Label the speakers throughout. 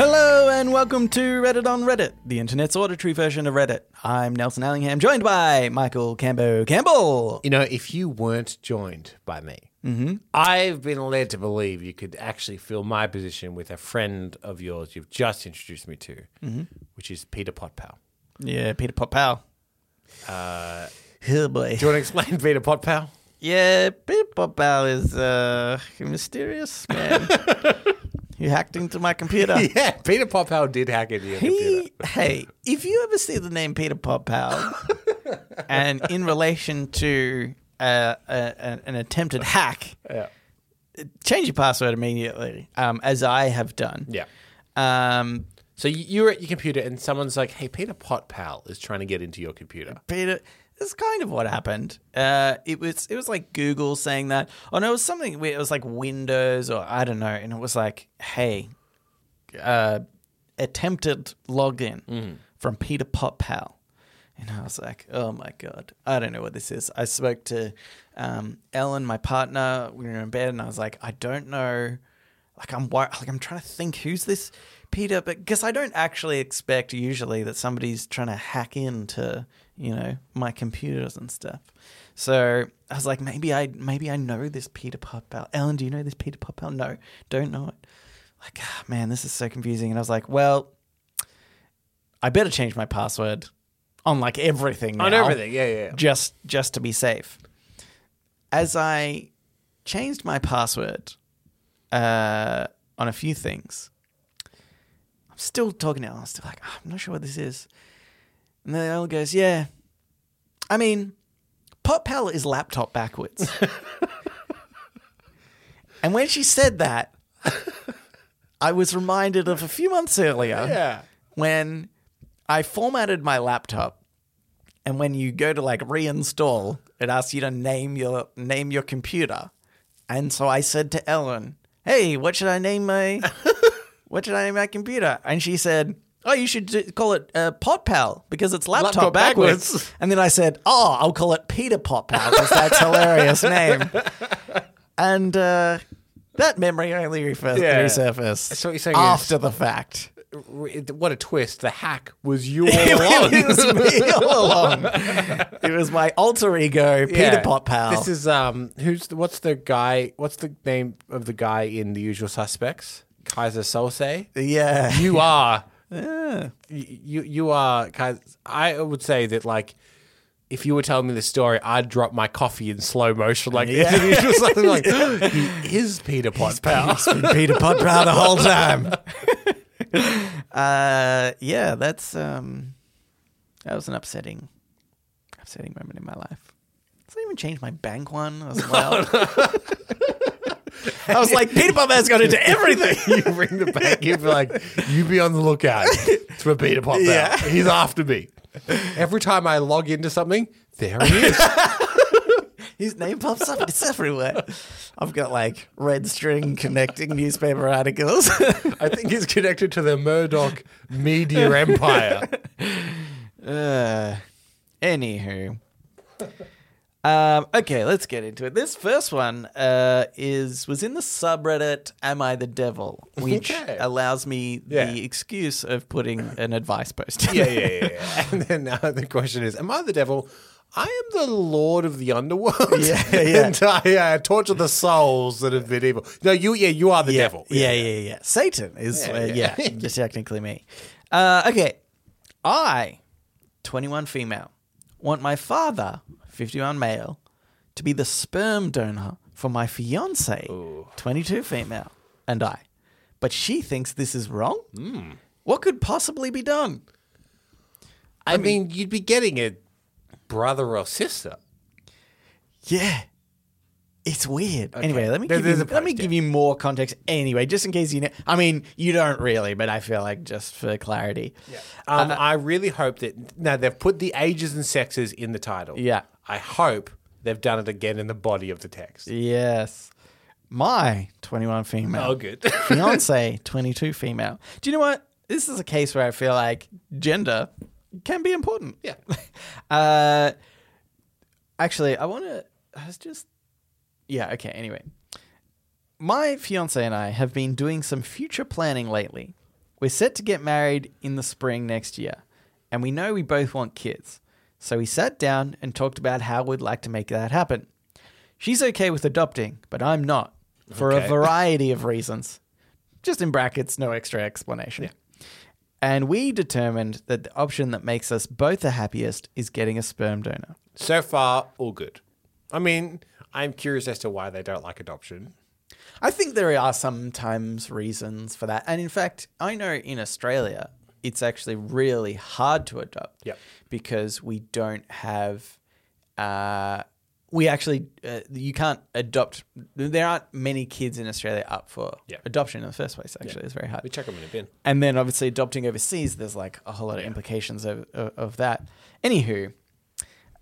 Speaker 1: and welcome to Reddit on Reddit, the internet's auditory version of Reddit. I'm Nelson Allingham, joined by Michael Cambo Campbell.
Speaker 2: You know, if you weren't joined by me,
Speaker 1: Mm-hmm.
Speaker 2: I've been led to believe you could actually fill my position with a friend of yours you've just introduced me to,
Speaker 1: Mm-hmm.
Speaker 2: which is Peter Potpow.
Speaker 1: Yeah, Peter Popow. Uh, oh boy.
Speaker 2: Do you want to explain Peter Potpow?
Speaker 1: Yeah, Peter Popow is uh, a mysterious man. he hacked into my computer.
Speaker 2: Yeah, Peter Potpow did hack into your computer.
Speaker 1: He, hey, if you ever see the name Peter Popow and in relation to uh, a, a- an attempted hack, change your password immediately, um, as I have done.
Speaker 2: Yeah.
Speaker 1: Um,
Speaker 2: So you- you're at your computer and someone's like, hey, Peter Potpow is trying to get into your computer.
Speaker 1: Peter, that's kind of what happened. Uh, it was it was like Google saying that. Oh no, it was something. It was like Windows or I don't know. And it was like, hey, uh, attempted login from Peter Potpal. And I was like, oh my God, I don't know what this is. I spoke to um, Ellen, my partner. We were in bed, and I was like, I don't know. Like I'm wor- like I'm trying to think who's this Peter, but because I don't actually expect usually that somebody's trying to hack into you know my computers and stuff. So I was like, maybe I maybe I know this Peter Potpal. Ellen, do you know this Peter Potpal? No, don't know it. Like, ah, man, this is so confusing. And I was like, well, I better change my password on like everything.
Speaker 2: On
Speaker 1: now
Speaker 2: everything, yeah, yeah.
Speaker 1: just just to be safe. As I changed my password uh, on a few things, I'm still talking to Alan. I'm still like, "Ah, I'm not sure what this is. And then Alan goes, Yeah, I mean, Pot Pal is laptop backwards. and when she said that, I was reminded of a few months earlier
Speaker 2: Yeah.
Speaker 1: when I formatted my laptop and when you go to like reinstall, it asks you to name your name your computer. And so I said to Ellen, "Hey, what should I name my what should I name my computer?" And she said, "Oh, you should do, call it uh, Pot Pal because it's laptop,
Speaker 2: Laptop
Speaker 1: backwards.
Speaker 2: backwards.
Speaker 1: And then I said, "Oh, I'll call it Peter Pot Pal because that's a hilarious name." And uh, that memory only refers
Speaker 2: Yeah.
Speaker 1: resurfaced
Speaker 2: So what you're saying is-
Speaker 1: after the fact.
Speaker 2: What a twist. The hack was you all along.
Speaker 1: it was me all along. It was my alter ego, Peter Pot Pal.
Speaker 2: This is um who's the, what's the guy what's the name of the guy in The Usual Suspects? Kaiser Solse?
Speaker 1: yeah.
Speaker 2: You are y- you you are Kaiser I would say that like if you were telling me the story, I'd drop my coffee in slow motion like
Speaker 1: Yeah.
Speaker 2: into the usual something like he is Peter Pot Pal.
Speaker 1: It's been Peter Pot Pal the whole time. uh, yeah, that's um, that was an upsetting, upsetting moment in my life. Does that even change my bank one as well? I was like, Peter Pot Pal's got into everything.
Speaker 2: you ring the bank, you'd be like, you be on the lookout. It's for Peter Pot Pal.
Speaker 1: Yeah.
Speaker 2: He's after me. Every time I log into something, there he is.
Speaker 1: His name pops up. It's everywhere. I've got like red string connecting newspaper articles.
Speaker 2: I think it's connected to the Murdoch media empire.
Speaker 1: Uh, anywho. Um, okay, let's get into it. This first one uh, is was in the subreddit "Am I the Devil," which
Speaker 2: Okay.
Speaker 1: allows me
Speaker 2: Yeah.
Speaker 1: the excuse of putting an advice post.
Speaker 2: Yeah, yeah, yeah. yeah. And then uh, the question is, am I the devil? I am the lord of the underworld.
Speaker 1: Yeah, yeah.
Speaker 2: and I uh, torture the souls that have been evil. No, you, yeah, you are the
Speaker 1: yeah,
Speaker 2: devil.
Speaker 1: Yeah, yeah, yeah, yeah. Satan is
Speaker 2: Yeah,
Speaker 1: uh, yeah,
Speaker 2: yeah.
Speaker 1: just technically me. Uh, okay, I, twenty-one female, want my father, fifty-one male, to be the sperm donor for my fiance, twenty-two female, and I, but she thinks this is wrong.
Speaker 2: Hmm.
Speaker 1: What could possibly be done?
Speaker 2: I, mean, you'd be getting a brother or sister.
Speaker 1: Yeah. It's weird. Anyway, let me
Speaker 2: There-
Speaker 1: give you,
Speaker 2: there's a
Speaker 1: let me
Speaker 2: post,
Speaker 1: give you more context. Anyway, just in case you know, I mean, you don't really, but I feel like just for clarity.
Speaker 2: Um, I really hope that now they've put the ages and sexes in the title.
Speaker 1: Yeah.
Speaker 2: I hope they've done it again in the body of the text.
Speaker 1: Yes. My 21 female.
Speaker 2: Oh, good.
Speaker 1: Fiance 22 female. Do you know what? This is a case where I feel like gender can be important.
Speaker 2: Yeah.
Speaker 1: Uh, actually, I want to. I was just. Yeah, okay, anyway. My fiance and I have been doing some future planning lately. We're set to get married in the spring next year, and we know we both want kids. So we sat down and talked about how we'd like to make that happen. She's okay with adopting, but I'm not for
Speaker 2: Okay.
Speaker 1: a variety of reasons. Just in brackets, no extra explanation. And we determined that the option that makes us both the happiest is getting a sperm donor.
Speaker 2: So far, all good. I mean, I'm curious as to why they don't like adoption.
Speaker 1: I think there are sometimes reasons for that. And in fact, I know in Australia, it's actually really hard to adopt
Speaker 2: Yep.
Speaker 1: because we don't have, uh, we actually, uh, you can't adopt, there aren't many kids in Australia up for
Speaker 2: Yep.
Speaker 1: adoption in the first place, actually. It's very hard.
Speaker 2: We chuck them in a bin.
Speaker 1: And then obviously adopting overseas, there's like a whole lot of implications of, of, of that. Anywho,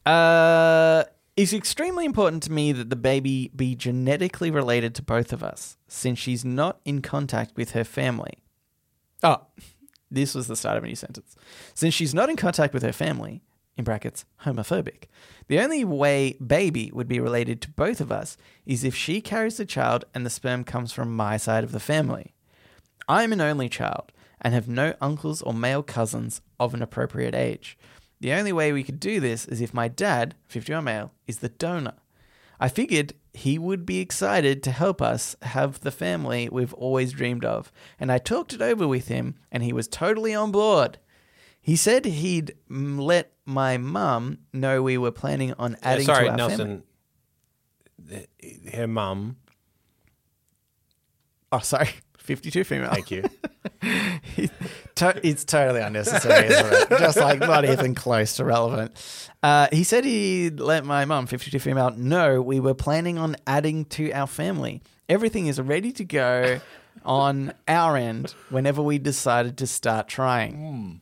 Speaker 1: uh, it's extremely important to me that the baby be genetically related to both of us, since she's not in contact with her family. Oh, this was the start of a new sentence. Since she's not in contact with her family, in brackets, homophobic, the only way baby would be related to both of us is if she carries the child and the sperm comes from my side of the family. I'm an only child and have no uncles or male cousins of an appropriate age. The only way we could do this is if my dad, 51 male, is the donor. I figured he would be excited to help us have the family we've always dreamed of, and I talked it over with him, and he was totally on board. He said he'd mm, let my mum know we were planning on adding
Speaker 2: Sorry,
Speaker 1: to our family.
Speaker 2: Nelson. Th- Her mum.
Speaker 1: Oh, sorry. 52 female.
Speaker 2: Thank you.
Speaker 1: to- it's totally unnecessary, isn't it? Just like not even close to relevant. Uh, he said he'd let my mum, 52 female, know we were planning on adding to our family. Everything is ready to go on our end whenever we decided to start trying.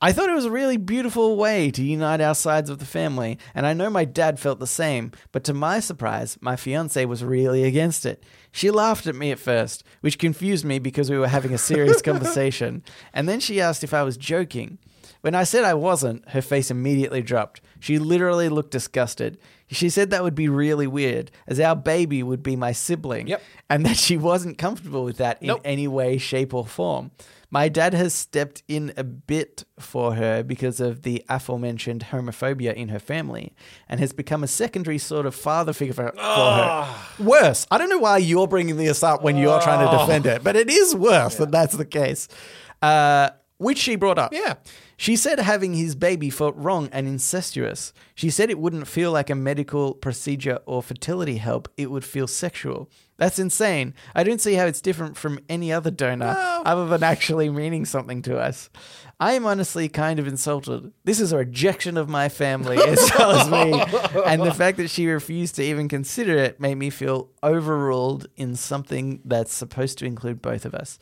Speaker 1: I thought it was a really beautiful way to unite our sides of the family, and I know my dad felt the same, but to my surprise, my fiance was really against it. She laughed at me at first, which confused me because we were having a serious conversation, and then she asked if I was joking. When I said I wasn't, her face immediately dropped. She literally looked disgusted. She said that would be really weird, as our baby would be my sibling,
Speaker 2: Yep.
Speaker 1: and that she wasn't comfortable with that in
Speaker 2: Nope.
Speaker 1: any way, shape, or form. My dad has stepped in a bit for her because of the aforementioned homophobia in her family and has become a secondary sort of father figure for, for
Speaker 2: Ah.
Speaker 1: her. Worse. I don't know why you're bringing this up when you're trying to defend it, but it is worse that that's the case, uh, which she brought up.
Speaker 2: Yeah.
Speaker 1: She said having his baby felt wrong and incestuous. She said it wouldn't feel like a medical procedure or fertility help, it would feel sexual. That's insane. I don't see how it's different from any other donor other than actually meaning something to us. I am honestly kind of insulted. This is a rejection of my family, as well as me. And the fact that she refused to even consider it made me feel overruled in something that's supposed to include both of us.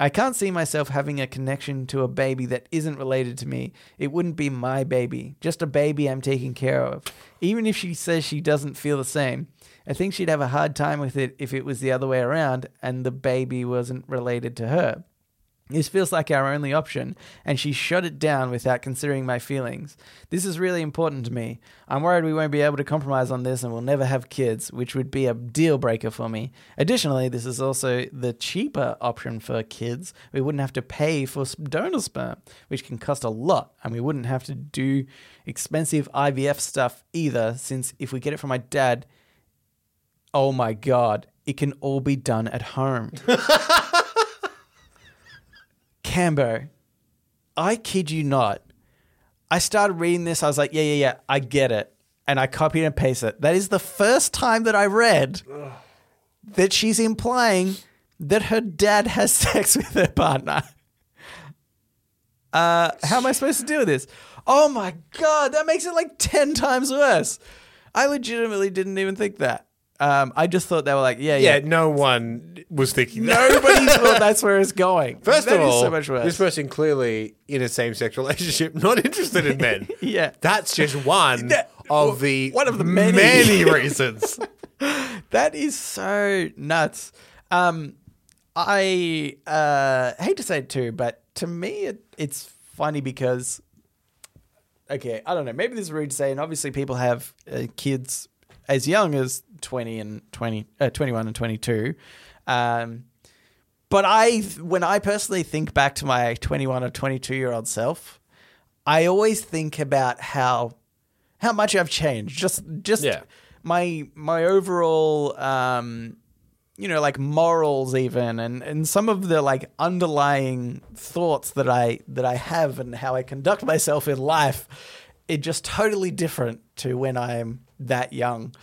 Speaker 1: I can't see myself having a connection to a baby that isn't related to me. It wouldn't be my baby, just a baby I'm taking care of. Even if she says she doesn't feel the same, I think she'd have a hard time with it if it was the other way around and the baby wasn't related to her. This feels like our only option, and she shut it down without considering my feelings. This is really important to me. I'm worried we won't be able to compromise on this and we'll never have kids, which would be a deal breaker for me. Additionally, this is also the cheaper option for kids. We wouldn't have to pay for s- donor sperm, which can cost a lot, and we wouldn't have to do expensive IVF stuff either, since if we get it from my dad, oh my god, it can all be done at home. Cambo, I kid you not. I started reading this. I was like, yeah, yeah, yeah, I get it. And I copied and pasted it. That is the first time that I read that she's implying that her dad has sex with her partner. Uh, how am I supposed to deal with this? Oh my God, that makes it like 10 times worse. I legitimately didn't even think that. Um, I just thought they were like, yeah, yeah.
Speaker 2: Yeah, no one was thinking that.
Speaker 1: Nobody thought that's where it's going.
Speaker 2: First
Speaker 1: That
Speaker 2: of
Speaker 1: is
Speaker 2: all,
Speaker 1: so much worse.
Speaker 2: this person clearly in a same-sex relationship, not interested in men.
Speaker 1: Yeah.
Speaker 2: that's just one
Speaker 1: That-
Speaker 2: of the
Speaker 1: one of the many.
Speaker 2: reasons.
Speaker 1: That is so nuts. Um, I uh, hate to say it too, but to me, it, it's funny because, okay, I don't know. Maybe this is rude to say, and obviously, people have uh, kids as young as twenty and twenty, uh, 21 and twenty-two. Um, But I, when I personally think back to my 21 or 22 year old self, I always think about how how much I've changed. Just just
Speaker 2: Yeah.
Speaker 1: my my overall, um, you know, like morals even, and and some of the like underlying thoughts that I that I have and how I conduct myself in life. It just totally different to when I'm that young,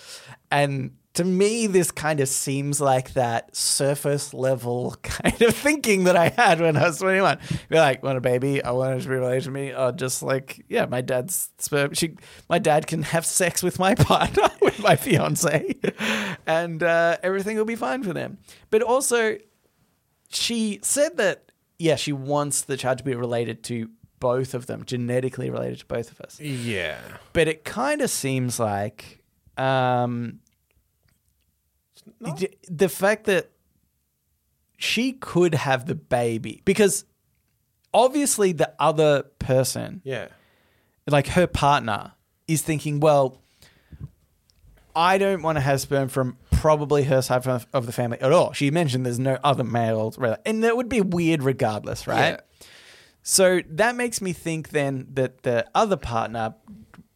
Speaker 1: and to me, this kind of seems like that surface level kind of thinking that I had when I was 21. Be like, want a baby? I want it to be related to me. Or just like, yeah, my dad's sperm. She, my dad can have sex with my partner, with my fiance, and uh, everything will be fine for them. But also, she said that, yeah, she wants the child to be related to both of them, genetically related to both of us
Speaker 2: Yeah.
Speaker 1: but it kind of seems like um, d- the fact that she could have the baby because obviously the other person
Speaker 2: Yeah.
Speaker 1: like her partner is thinking, well, I don't want to have sperm from probably her side of of the family at all. She mentioned there's no other male, rela- and that would be weird regardless, right? So that makes me think then that the other partner,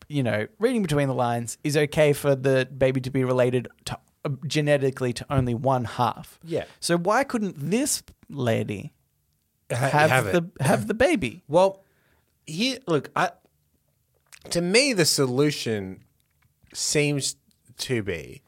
Speaker 1: you know, reading between the lines, is okay for the baby to be related to, genetically to only one half.
Speaker 2: Yeah.
Speaker 1: So why couldn't this lady have,
Speaker 2: it.
Speaker 1: the have the baby?
Speaker 2: Well, here, look, I, to me, the solution seems to be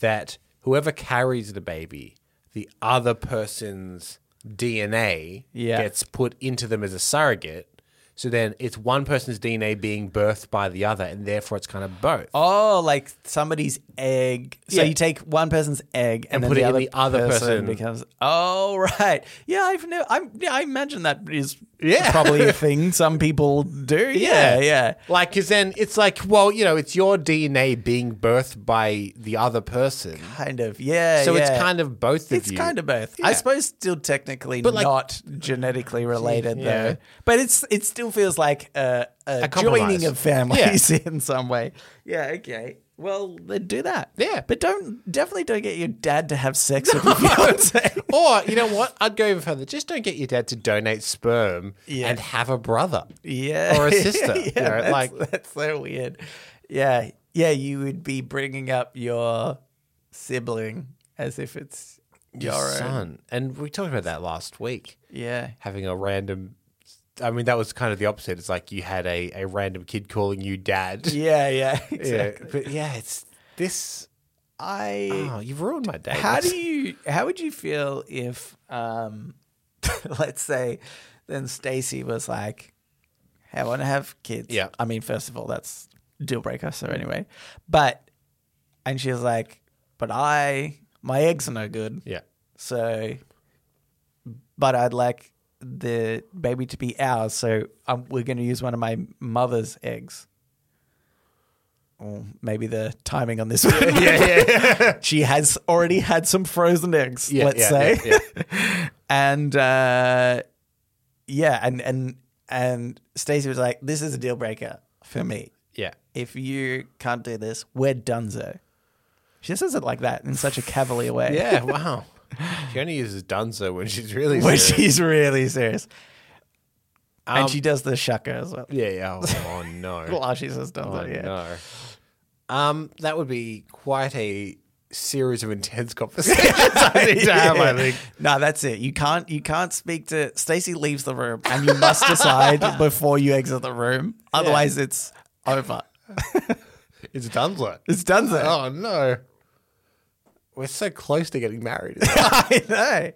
Speaker 2: that whoever carries the baby, the other person's DNA
Speaker 1: Yeah.
Speaker 2: gets put into them as a surrogate. So then it's one person's DNA being birthed by the other, and therefore it's kind of both.
Speaker 1: Oh, like somebody's egg. So
Speaker 2: Yeah.
Speaker 1: you take one person's egg and,
Speaker 2: And
Speaker 1: then
Speaker 2: put
Speaker 1: the
Speaker 2: it in
Speaker 1: other
Speaker 2: the other person.
Speaker 1: becomes. Oh right, yeah. I've never. I'm, yeah, I imagine that is
Speaker 2: Yeah.
Speaker 1: probably a thing some people do. Yeah, yeah.
Speaker 2: Like, because then it's like, well, you know, it's your DNA being birthed by the other person.
Speaker 1: Kind of. Yeah.
Speaker 2: So it's
Speaker 1: yeah.
Speaker 2: kind of both of
Speaker 1: It's
Speaker 2: you.
Speaker 1: kind of both. I
Speaker 2: Yeah.
Speaker 1: suppose still technically
Speaker 2: like-
Speaker 1: not genetically related
Speaker 2: Yeah.
Speaker 1: though. But it's it still feels like a, a,
Speaker 2: compromise.
Speaker 1: joining of families in some way. Yeah, okay. Well, then do that.
Speaker 2: Yeah.
Speaker 1: But don't definitely don't get your dad to have sex with your fiance.
Speaker 2: Or you know what? I'd go even further. Just don't get your dad to donate sperm
Speaker 1: Yeah.
Speaker 2: and have a brother.
Speaker 1: yeah.
Speaker 2: Or a sister,
Speaker 1: yeah,
Speaker 2: you know,
Speaker 1: that's,
Speaker 2: like-
Speaker 1: that's so weird. Yeah. Yeah, you would be bringing up your sibling as if it's your own.
Speaker 2: Son. And we talked about that last week.
Speaker 1: Yeah.
Speaker 2: Having a random I mean, that was kind of the opposite. It's like you had a, a random kid calling you dad.
Speaker 1: Yeah, yeah.
Speaker 2: Yeah.
Speaker 1: Exactly.
Speaker 2: But yeah, it's this
Speaker 1: I
Speaker 2: Oh, you've ruined my day.
Speaker 1: How do you? How would you feel if, um, let's say, then Stacy was like, "Hey, "I want to have kids."
Speaker 2: Yeah.
Speaker 1: I mean, first of all, that's deal breaker. So anyway, but and she was like, "But I, my eggs are no good."
Speaker 2: Yeah.
Speaker 1: So, but I'd like the baby to be ours. So um, we're going to use one of my mother's eggs. Or maybe the timing on this one.
Speaker 2: Yeah,
Speaker 1: she has already had some frozen eggs,
Speaker 2: Yeah,
Speaker 1: let's
Speaker 2: yeah,
Speaker 1: say.
Speaker 2: yeah,
Speaker 1: and uh, yeah, and and and Stacey was like, "This is a deal breaker for me.
Speaker 2: Yeah.
Speaker 1: If you can't do this, we're donezo." She says it like that in such a cavalier way.
Speaker 2: Yeah, wow. She only uses Dunzo when she's really
Speaker 1: when
Speaker 2: serious.
Speaker 1: she's really serious,
Speaker 2: Um,
Speaker 1: and she does the shucker as well.
Speaker 2: Yeah, yeah. Oh, oh, no.
Speaker 1: While she says donezo,
Speaker 2: Oh,
Speaker 1: yeah.
Speaker 2: no. Um, that would be quite a series of intense conversations I need to have, I think.
Speaker 1: No, that's it. You can't you can't speak to Stacy leaves the room and you must decide before you exit the room. Otherwise it's over.
Speaker 2: It's Dunzo.
Speaker 1: It's done then.
Speaker 2: Oh no. We're so close to getting married.
Speaker 1: I know.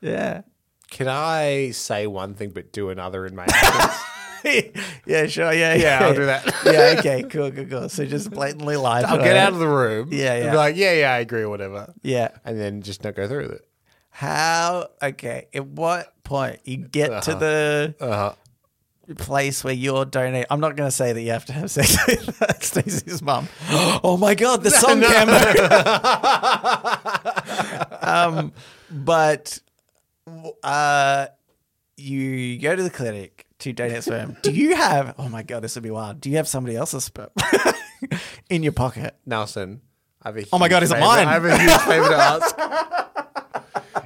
Speaker 1: Yeah.
Speaker 2: Can I say one thing but do another in my actions?
Speaker 1: yeah, sure. Yeah, yeah.
Speaker 2: I'll do that.
Speaker 1: yeah, okay, cool, cool, cool. So just blatantly lie.
Speaker 2: I'll get out of the room.
Speaker 1: Uh, Yeah,
Speaker 2: and
Speaker 1: yeah.
Speaker 2: Be like, yeah, yeah, I agree, or whatever.
Speaker 1: Yeah.
Speaker 2: And then just not go through with it.
Speaker 1: How okay, at what point you get to the
Speaker 2: Uh-huh.
Speaker 1: place where you're donating. I'm not going to say that you have to have sex with Stacey's mum. Oh my God, the song camo. um, but uh, you go to the clinic to donate sperm. Do you have? Oh my God, this would be wild. Do you have somebody else's sperm in your pocket?
Speaker 2: Nelson, I have a
Speaker 1: Oh my
Speaker 2: huge
Speaker 1: God, is it
Speaker 2: favor-
Speaker 1: mine?
Speaker 2: I have a huge favor to ask.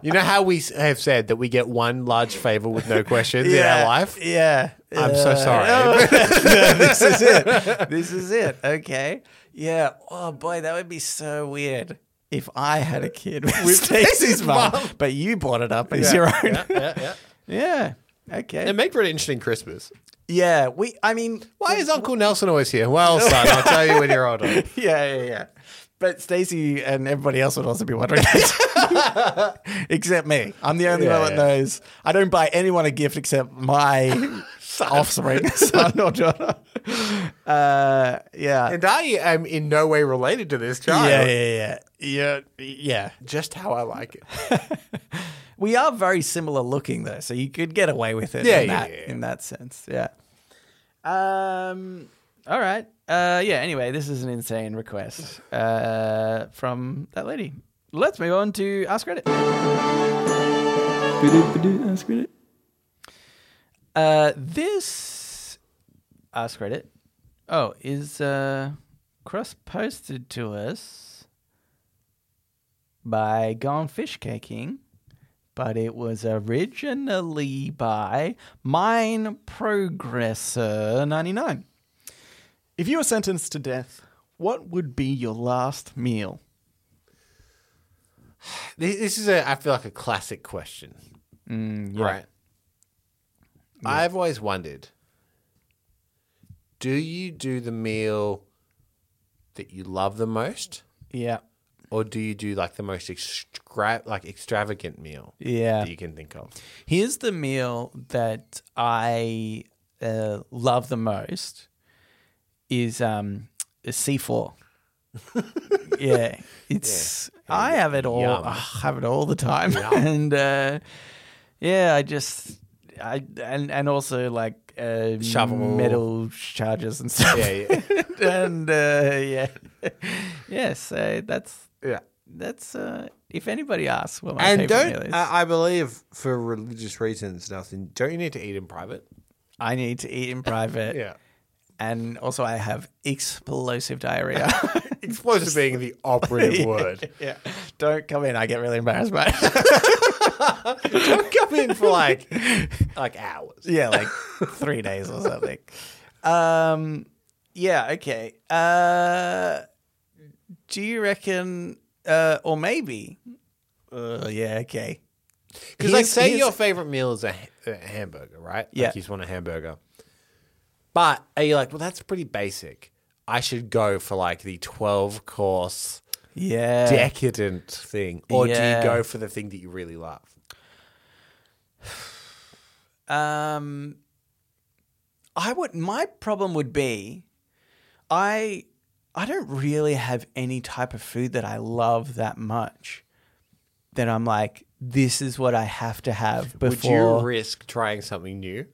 Speaker 2: You know how we s- have said that we get one large favor with no questions in our life?
Speaker 1: Yeah.
Speaker 2: I'm so sorry.
Speaker 1: no, this is it. This is it. Okay. Yeah. Oh boy, that would be so weird if I had a kid with, Stacey's
Speaker 2: Stacey's
Speaker 1: mom,
Speaker 2: mum.
Speaker 1: but you brought it up as your own. Yeah.
Speaker 2: yeah, Um, yeah.
Speaker 1: Okay.
Speaker 2: It make for an interesting Christmas.
Speaker 1: yeah. We. I mean.
Speaker 2: Why is Uncle Nelson always here? Well, son, I'll tell you when you're older.
Speaker 1: Yeah. Yeah. Yeah. But Stacey and everybody else would also be wondering, except me. I'm the only
Speaker 2: Yeah,
Speaker 1: one that
Speaker 2: yeah.
Speaker 1: knows. I don't buy anyone a gift except my offspring, son or daughter. Uh, yeah.
Speaker 2: And I am in no way related to this child.
Speaker 1: Yeah, yeah, yeah, yeah, yeah.
Speaker 2: Just how I like it.
Speaker 1: We are very similar looking though, so you could get away with it.
Speaker 2: Yeah,
Speaker 1: in
Speaker 2: yeah,
Speaker 1: that,
Speaker 2: yeah, yeah.
Speaker 1: in that sense, yeah. Um. All right. Uh. Yeah. Anyway, this is an insane request. Uh. From that lady. Let's move on to ask credit. Ask credit. Uh. This ask credit. Oh, is uh cross posted to us by Gone Fish Caking, but it was originally by Mine Progressor 99. If you were sentenced to death, what would be your last meal?
Speaker 2: This this is a, I feel like a classic question,
Speaker 1: Mm,
Speaker 2: right? I've always wondered: Do you do the meal that you love the most,
Speaker 1: Yeah.
Speaker 2: or do you do like the most extra- like extravagant meal
Speaker 1: Yeah.
Speaker 2: that you can think of?
Speaker 1: Here's the meal that I uh, love the most is um a C4. yeah, it's I have it all.
Speaker 2: Yum.
Speaker 1: I have it all the time, and uh, yeah, I just I and and also like uh,
Speaker 2: Shovel.
Speaker 1: metal charges and stuff.
Speaker 2: Yeah, yeah,
Speaker 1: and uh, yeah, yeah. So that's
Speaker 2: yeah.
Speaker 1: that's uh, if anybody asks what my
Speaker 2: And
Speaker 1: favorite
Speaker 2: don't uh,
Speaker 1: meal is,
Speaker 2: I, I believe for religious reasons, nothing. Don't you need to eat in private?
Speaker 1: I need to eat in private. and also I have explosive diarrhea.
Speaker 2: explosive being the operative word.
Speaker 1: yeah, don't come in. I get really embarrassed by it.
Speaker 2: Don't come in for like like hours.
Speaker 1: yeah, like three days or something. Um, yeah, okay. Uh, do you reckon, uh, or maybe? Uh, yeah, okay.
Speaker 2: Because like,
Speaker 1: Here's-
Speaker 2: say
Speaker 1: here's-
Speaker 2: your favorite meal is a, ha- a hamburger, right?
Speaker 1: Yeah.
Speaker 2: Like you just want a hamburger. But are you like, well, that's pretty basic. I should go for like the twelve course
Speaker 1: yeah.
Speaker 2: decadent thing, or
Speaker 1: Yeah.
Speaker 2: do you go for the thing that you really love?
Speaker 1: Um, I would. My problem would be, I, I don't really have any type of food that I love that much. That I'm like, this is what I have to have before.
Speaker 2: Would you risk trying something new?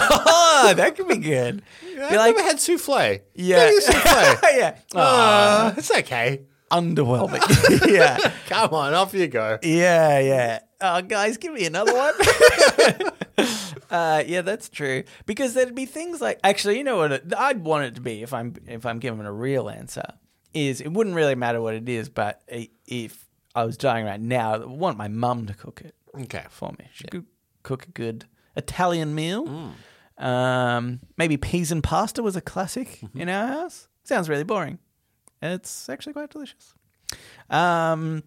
Speaker 1: oh, that could be good.
Speaker 2: I've
Speaker 1: Be like,
Speaker 2: never had souffle.
Speaker 1: Yeah.
Speaker 2: Give me a souffle.
Speaker 1: yeah,
Speaker 2: uh, it's okay.
Speaker 1: underwhelming. yeah,
Speaker 2: Come on, off you go.
Speaker 1: yeah, yeah. Oh, guys, give me another one. Uh, yeah, that's true. Because there'd be things like actually, you know what? It, I'd want it to be if I'm if I'm given a real answer is it wouldn't really matter what it is, but i- if I was dying right now, I want my mum to cook it
Speaker 2: Okay.
Speaker 1: for me. She could cook a good Italian meal.
Speaker 2: Mm.
Speaker 1: Um, maybe peas and pasta was a classic
Speaker 2: Mm-hmm.
Speaker 1: in our house. Sounds really boring. It's actually quite delicious. Um,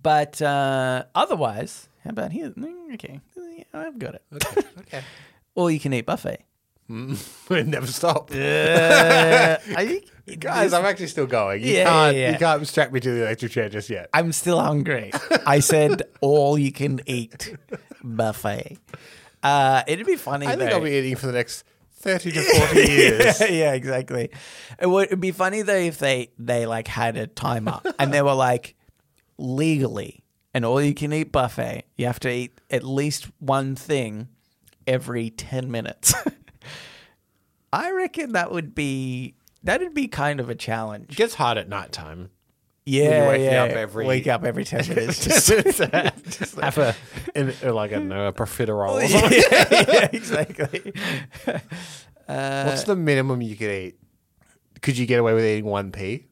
Speaker 1: but uh, otherwise, how about here? Mm, Okay, Yeah, I've got it.
Speaker 2: Okay.
Speaker 1: Or you can eat buffet.
Speaker 2: It never stopped.
Speaker 1: Uh, Are you,
Speaker 2: Guys, I'm actually still going. You
Speaker 1: Yeah,
Speaker 2: can't
Speaker 1: yeah, yeah.
Speaker 2: you can't strap me to the electric chair just yet.
Speaker 1: I'm still hungry. I said all you can eat buffet. Uh, it'd be funny.
Speaker 2: I think
Speaker 1: though.
Speaker 2: I'll be eating for the next thirty to forty years.
Speaker 1: yeah, yeah, exactly. It would it'd be funny though if they they like had a timer and they were like legally an all you can eat buffet. You have to eat at least one thing every ten minutes. I reckon that would be that'd be kind of a challenge.
Speaker 2: It gets hard at night time.
Speaker 1: yeah,
Speaker 2: waking
Speaker 1: yeah.
Speaker 2: up every-
Speaker 1: wake up every ten minutes. Just,
Speaker 2: Have a in, or like I don't know, a profiterole. or
Speaker 1: yeah,
Speaker 2: something.
Speaker 1: yeah, exactly.
Speaker 2: What's the minimum you could eat? Could you get away with eating one pea?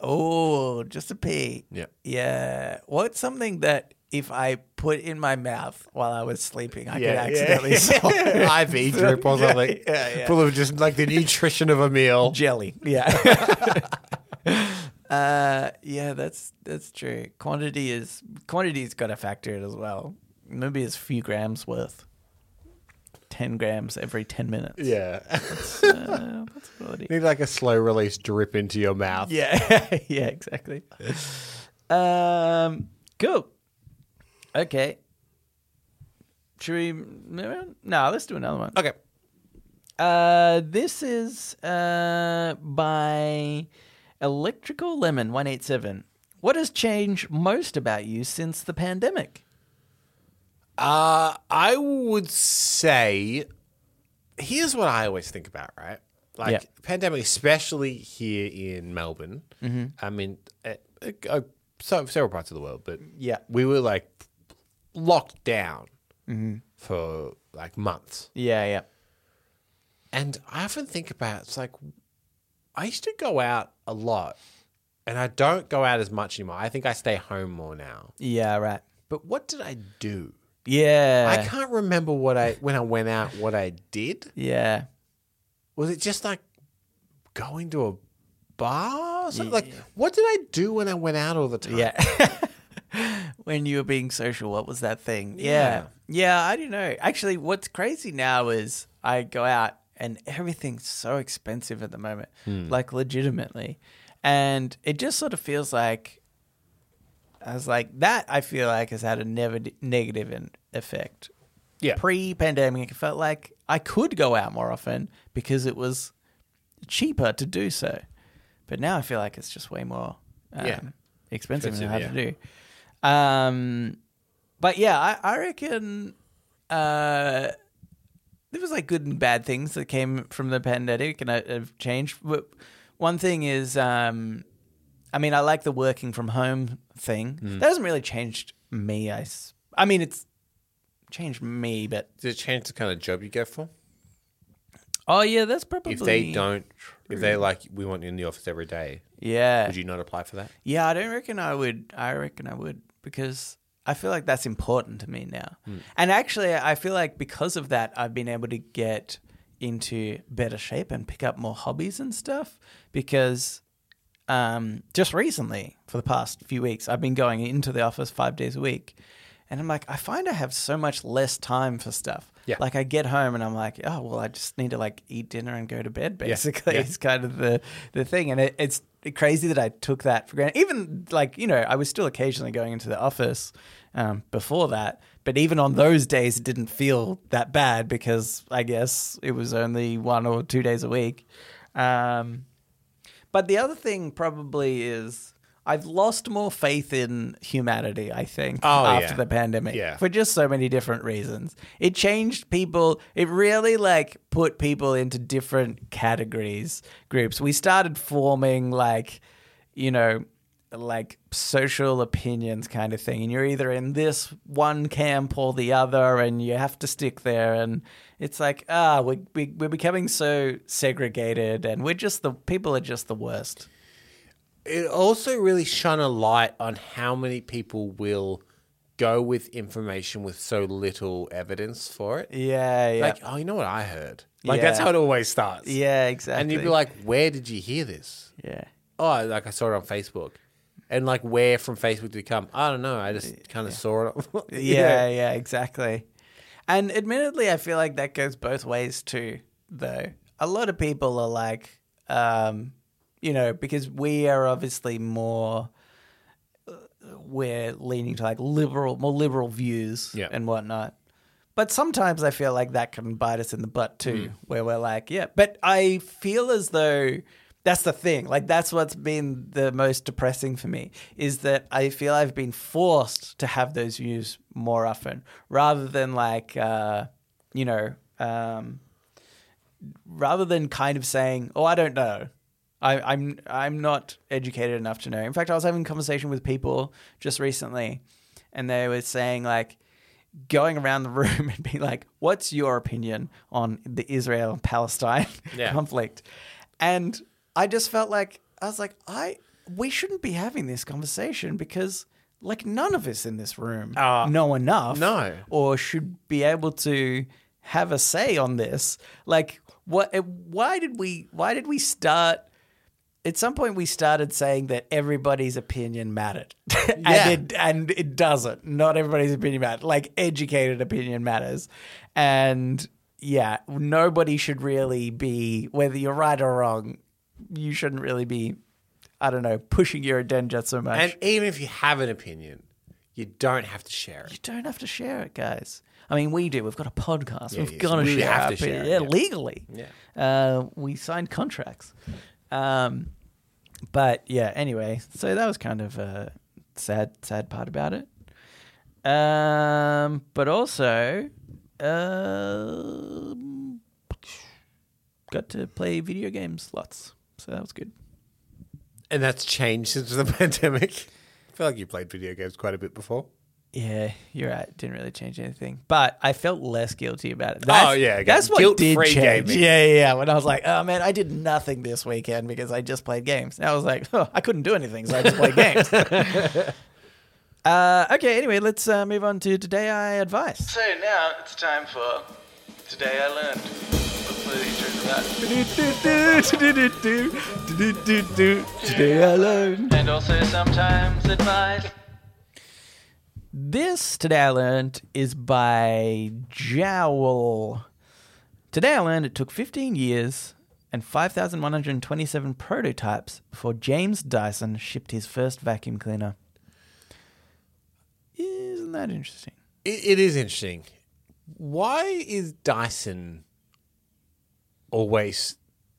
Speaker 1: Oh, just a pee.
Speaker 2: Yeah.
Speaker 1: Yeah. What's something that if I put in my mouth while I was sleeping, I
Speaker 2: Yeah,
Speaker 1: could
Speaker 2: yeah.
Speaker 1: accidentally solve it.
Speaker 2: IV drip or something.
Speaker 1: yeah, yeah.
Speaker 2: Full of just like the nutrition of a meal.
Speaker 1: jelly. Yeah. uh, yeah, that's that's true. Quantity is quantity's got to factor it as well. Maybe it's a few grams worth. Ten grams every ten minutes.
Speaker 2: Yeah.
Speaker 1: Uh, possibility.
Speaker 2: Need like a slow release drip into your mouth.
Speaker 1: Yeah, yeah, exactly. Um, cool. Okay. Should we? No, let's do another one.
Speaker 2: Okay.
Speaker 1: Uh, this is uh, by Electrical Lemon One Eight Seven. What has changed most about you since the pandemic?
Speaker 2: Uh, I would say here's what I always think about, right? Like
Speaker 1: Yeah.
Speaker 2: pandemic, especially here in Melbourne. I mean, uh, uh, so, several parts of the world, but
Speaker 1: Yeah.
Speaker 2: we were like locked down Mm-hmm. for like months.
Speaker 1: Yeah, yeah,
Speaker 2: And I often think about it's like I used to go out a lot and I don't go out as much anymore. I think I stay home more now.
Speaker 1: yeah. Right.
Speaker 2: But what did I do? I
Speaker 1: Yeah,
Speaker 2: can't remember what I when I went out what I did.
Speaker 1: yeah,
Speaker 2: Was it just like going to a bar or something? Like what did I do when I went out all the time?
Speaker 1: yeah. when you were being social, what was that thing? Yeah. yeah, I don't know. Actually, what's crazy now is I go out and everything's so expensive at the moment, like legitimately, and it just sort of feels like I was like, that I feel like has had a never negative in- effect.
Speaker 2: Yeah.
Speaker 1: Pre pandemic, it felt like I could go out more often because it was cheaper to do so. But now I feel like it's just way more um,
Speaker 2: Yeah.
Speaker 1: expensive, and hard to
Speaker 2: Expensive,
Speaker 1: do. Um, but yeah, I, I reckon uh, there was like good and bad things that came from the pandemic and I, have changed. But one thing is, um, I mean, I like the working from home thing. That hasn't really changed me. I, s- I mean, it's changed me, but
Speaker 2: Did it change the kind of job you go for?
Speaker 1: oh yeah, that's probably
Speaker 2: If they don't if they like we want you in the office every day,
Speaker 1: Yeah,
Speaker 2: would you not apply for that?
Speaker 1: yeah, I don't reckon I would. I reckon I would because I feel like that's important to me now. And actually, I feel like because of that, I've been able to get into better shape and pick up more hobbies and stuff because um, just recently, for the past few weeks, I've been going into the office five days a week. And I'm like, I find I have so much less time for stuff.
Speaker 2: Yeah.
Speaker 1: Like I get home and I'm like, oh well, I just need to like eat dinner and go to bed. Basically,
Speaker 2: yeah.
Speaker 1: it's kind of the the thing, and it, it's crazy that I took that for granted. Even like you know, I was still occasionally going into the office um, before that, but even on those days, it didn't feel that bad because I guess it was only one or two days a week. Um, but the other thing probably is I've lost more faith in humanity, I think,
Speaker 2: Oh,
Speaker 1: after
Speaker 2: yeah.
Speaker 1: the pandemic
Speaker 2: Yeah.
Speaker 1: for just so many different reasons. It changed people. It really like put people into different categories, groups. We started forming like, you know, like social opinions kind of thing. And you're either in this one camp or the other, and you have to stick there. And it's like, ah, we're, we- we're becoming so segregated, and we're just the people are just the worst.
Speaker 2: it also really shone a light on how many people will go with information with so little evidence for it.
Speaker 1: Yeah, yeah.
Speaker 2: Like, oh, you know what I heard? Like, that's
Speaker 1: Yeah.
Speaker 2: how it always starts.
Speaker 1: yeah, exactly.
Speaker 2: And you'd be like, where did you hear this?
Speaker 1: yeah.
Speaker 2: Oh, like I saw it on Facebook. And like, where from Facebook did it come? I don't know. I just kind of saw it. on-
Speaker 1: Yeah, yeah, exactly. And admittedly, I feel like that goes both ways too, though. A lot of people are like, um, you know, because we are obviously more, uh, we're leaning to like liberal, more liberal views
Speaker 2: Yeah.
Speaker 1: and whatnot. But sometimes I feel like that can bite us in the butt too, where we're like, yeah. But I feel as though that's the thing. Like, that's what's been the most depressing for me is that I feel I've been forced to have those views more often rather than like, uh, you know, um, rather than kind of saying, "Oh, I don't know," I, I'm I'm not educated enough to know. In fact, I was having a conversation with people just recently, and they were saying like going around the room and being like, "What's your opinion on the Israel Palestine
Speaker 2: Yeah.
Speaker 1: conflict?" And I just felt like I was like, I we shouldn't be having this conversation because like none of us in this room
Speaker 2: Uh,
Speaker 1: know enough
Speaker 2: no.
Speaker 1: or should be able to have a say on this like what why did we why did we start at some point we started saying that everybody's opinion mattered
Speaker 2: Yeah.
Speaker 1: and it and it doesn't not everybody's opinion matters like educated opinion matters and yeah nobody should really be whether you're right or wrong you shouldn't really be i don't know pushing your agenda so much
Speaker 2: And even if you have an opinion, you don't have to share
Speaker 1: you
Speaker 2: it.
Speaker 1: don't have to share it, guys. I mean, we do. We've got a podcast. We've
Speaker 2: yes,
Speaker 1: got to
Speaker 2: we
Speaker 1: share.
Speaker 2: have
Speaker 1: our
Speaker 2: to share
Speaker 1: opinion.
Speaker 2: it,
Speaker 1: yeah,
Speaker 2: yeah.
Speaker 1: legally. Yeah, uh, we signed contracts. Um, but yeah. Anyway, so that was kind of a sad, sad part about it. Um, but also, um got to play video games lots, so that was good.
Speaker 2: And that's changed since the pandemic. I feel like you played video games quite a bit before.
Speaker 1: Yeah, you're right. Didn't really change anything, but I felt less guilty about it.
Speaker 2: Oh, yeah, okay.
Speaker 1: that's what did
Speaker 2: Guilt-free
Speaker 1: change.
Speaker 2: gaming.
Speaker 1: Yeah, yeah, yeah. When I was like, oh man, I did nothing this weekend because I just played games. And I was like, oh, I couldn't do anything, so I just played games. uh, okay, anyway, let's uh, move on to today I advice.
Speaker 3: So now it's time for Today I Learned. Hopefully you enjoyed that.
Speaker 1: Today I learned.
Speaker 3: And also sometimes advice.
Speaker 1: This today I learned is by Jowl. Today I learned it took 15 years and 5,127 prototypes before James Dyson shipped his first vacuum cleaner. Isn't that interesting?
Speaker 2: It, it is interesting. Why is Dyson always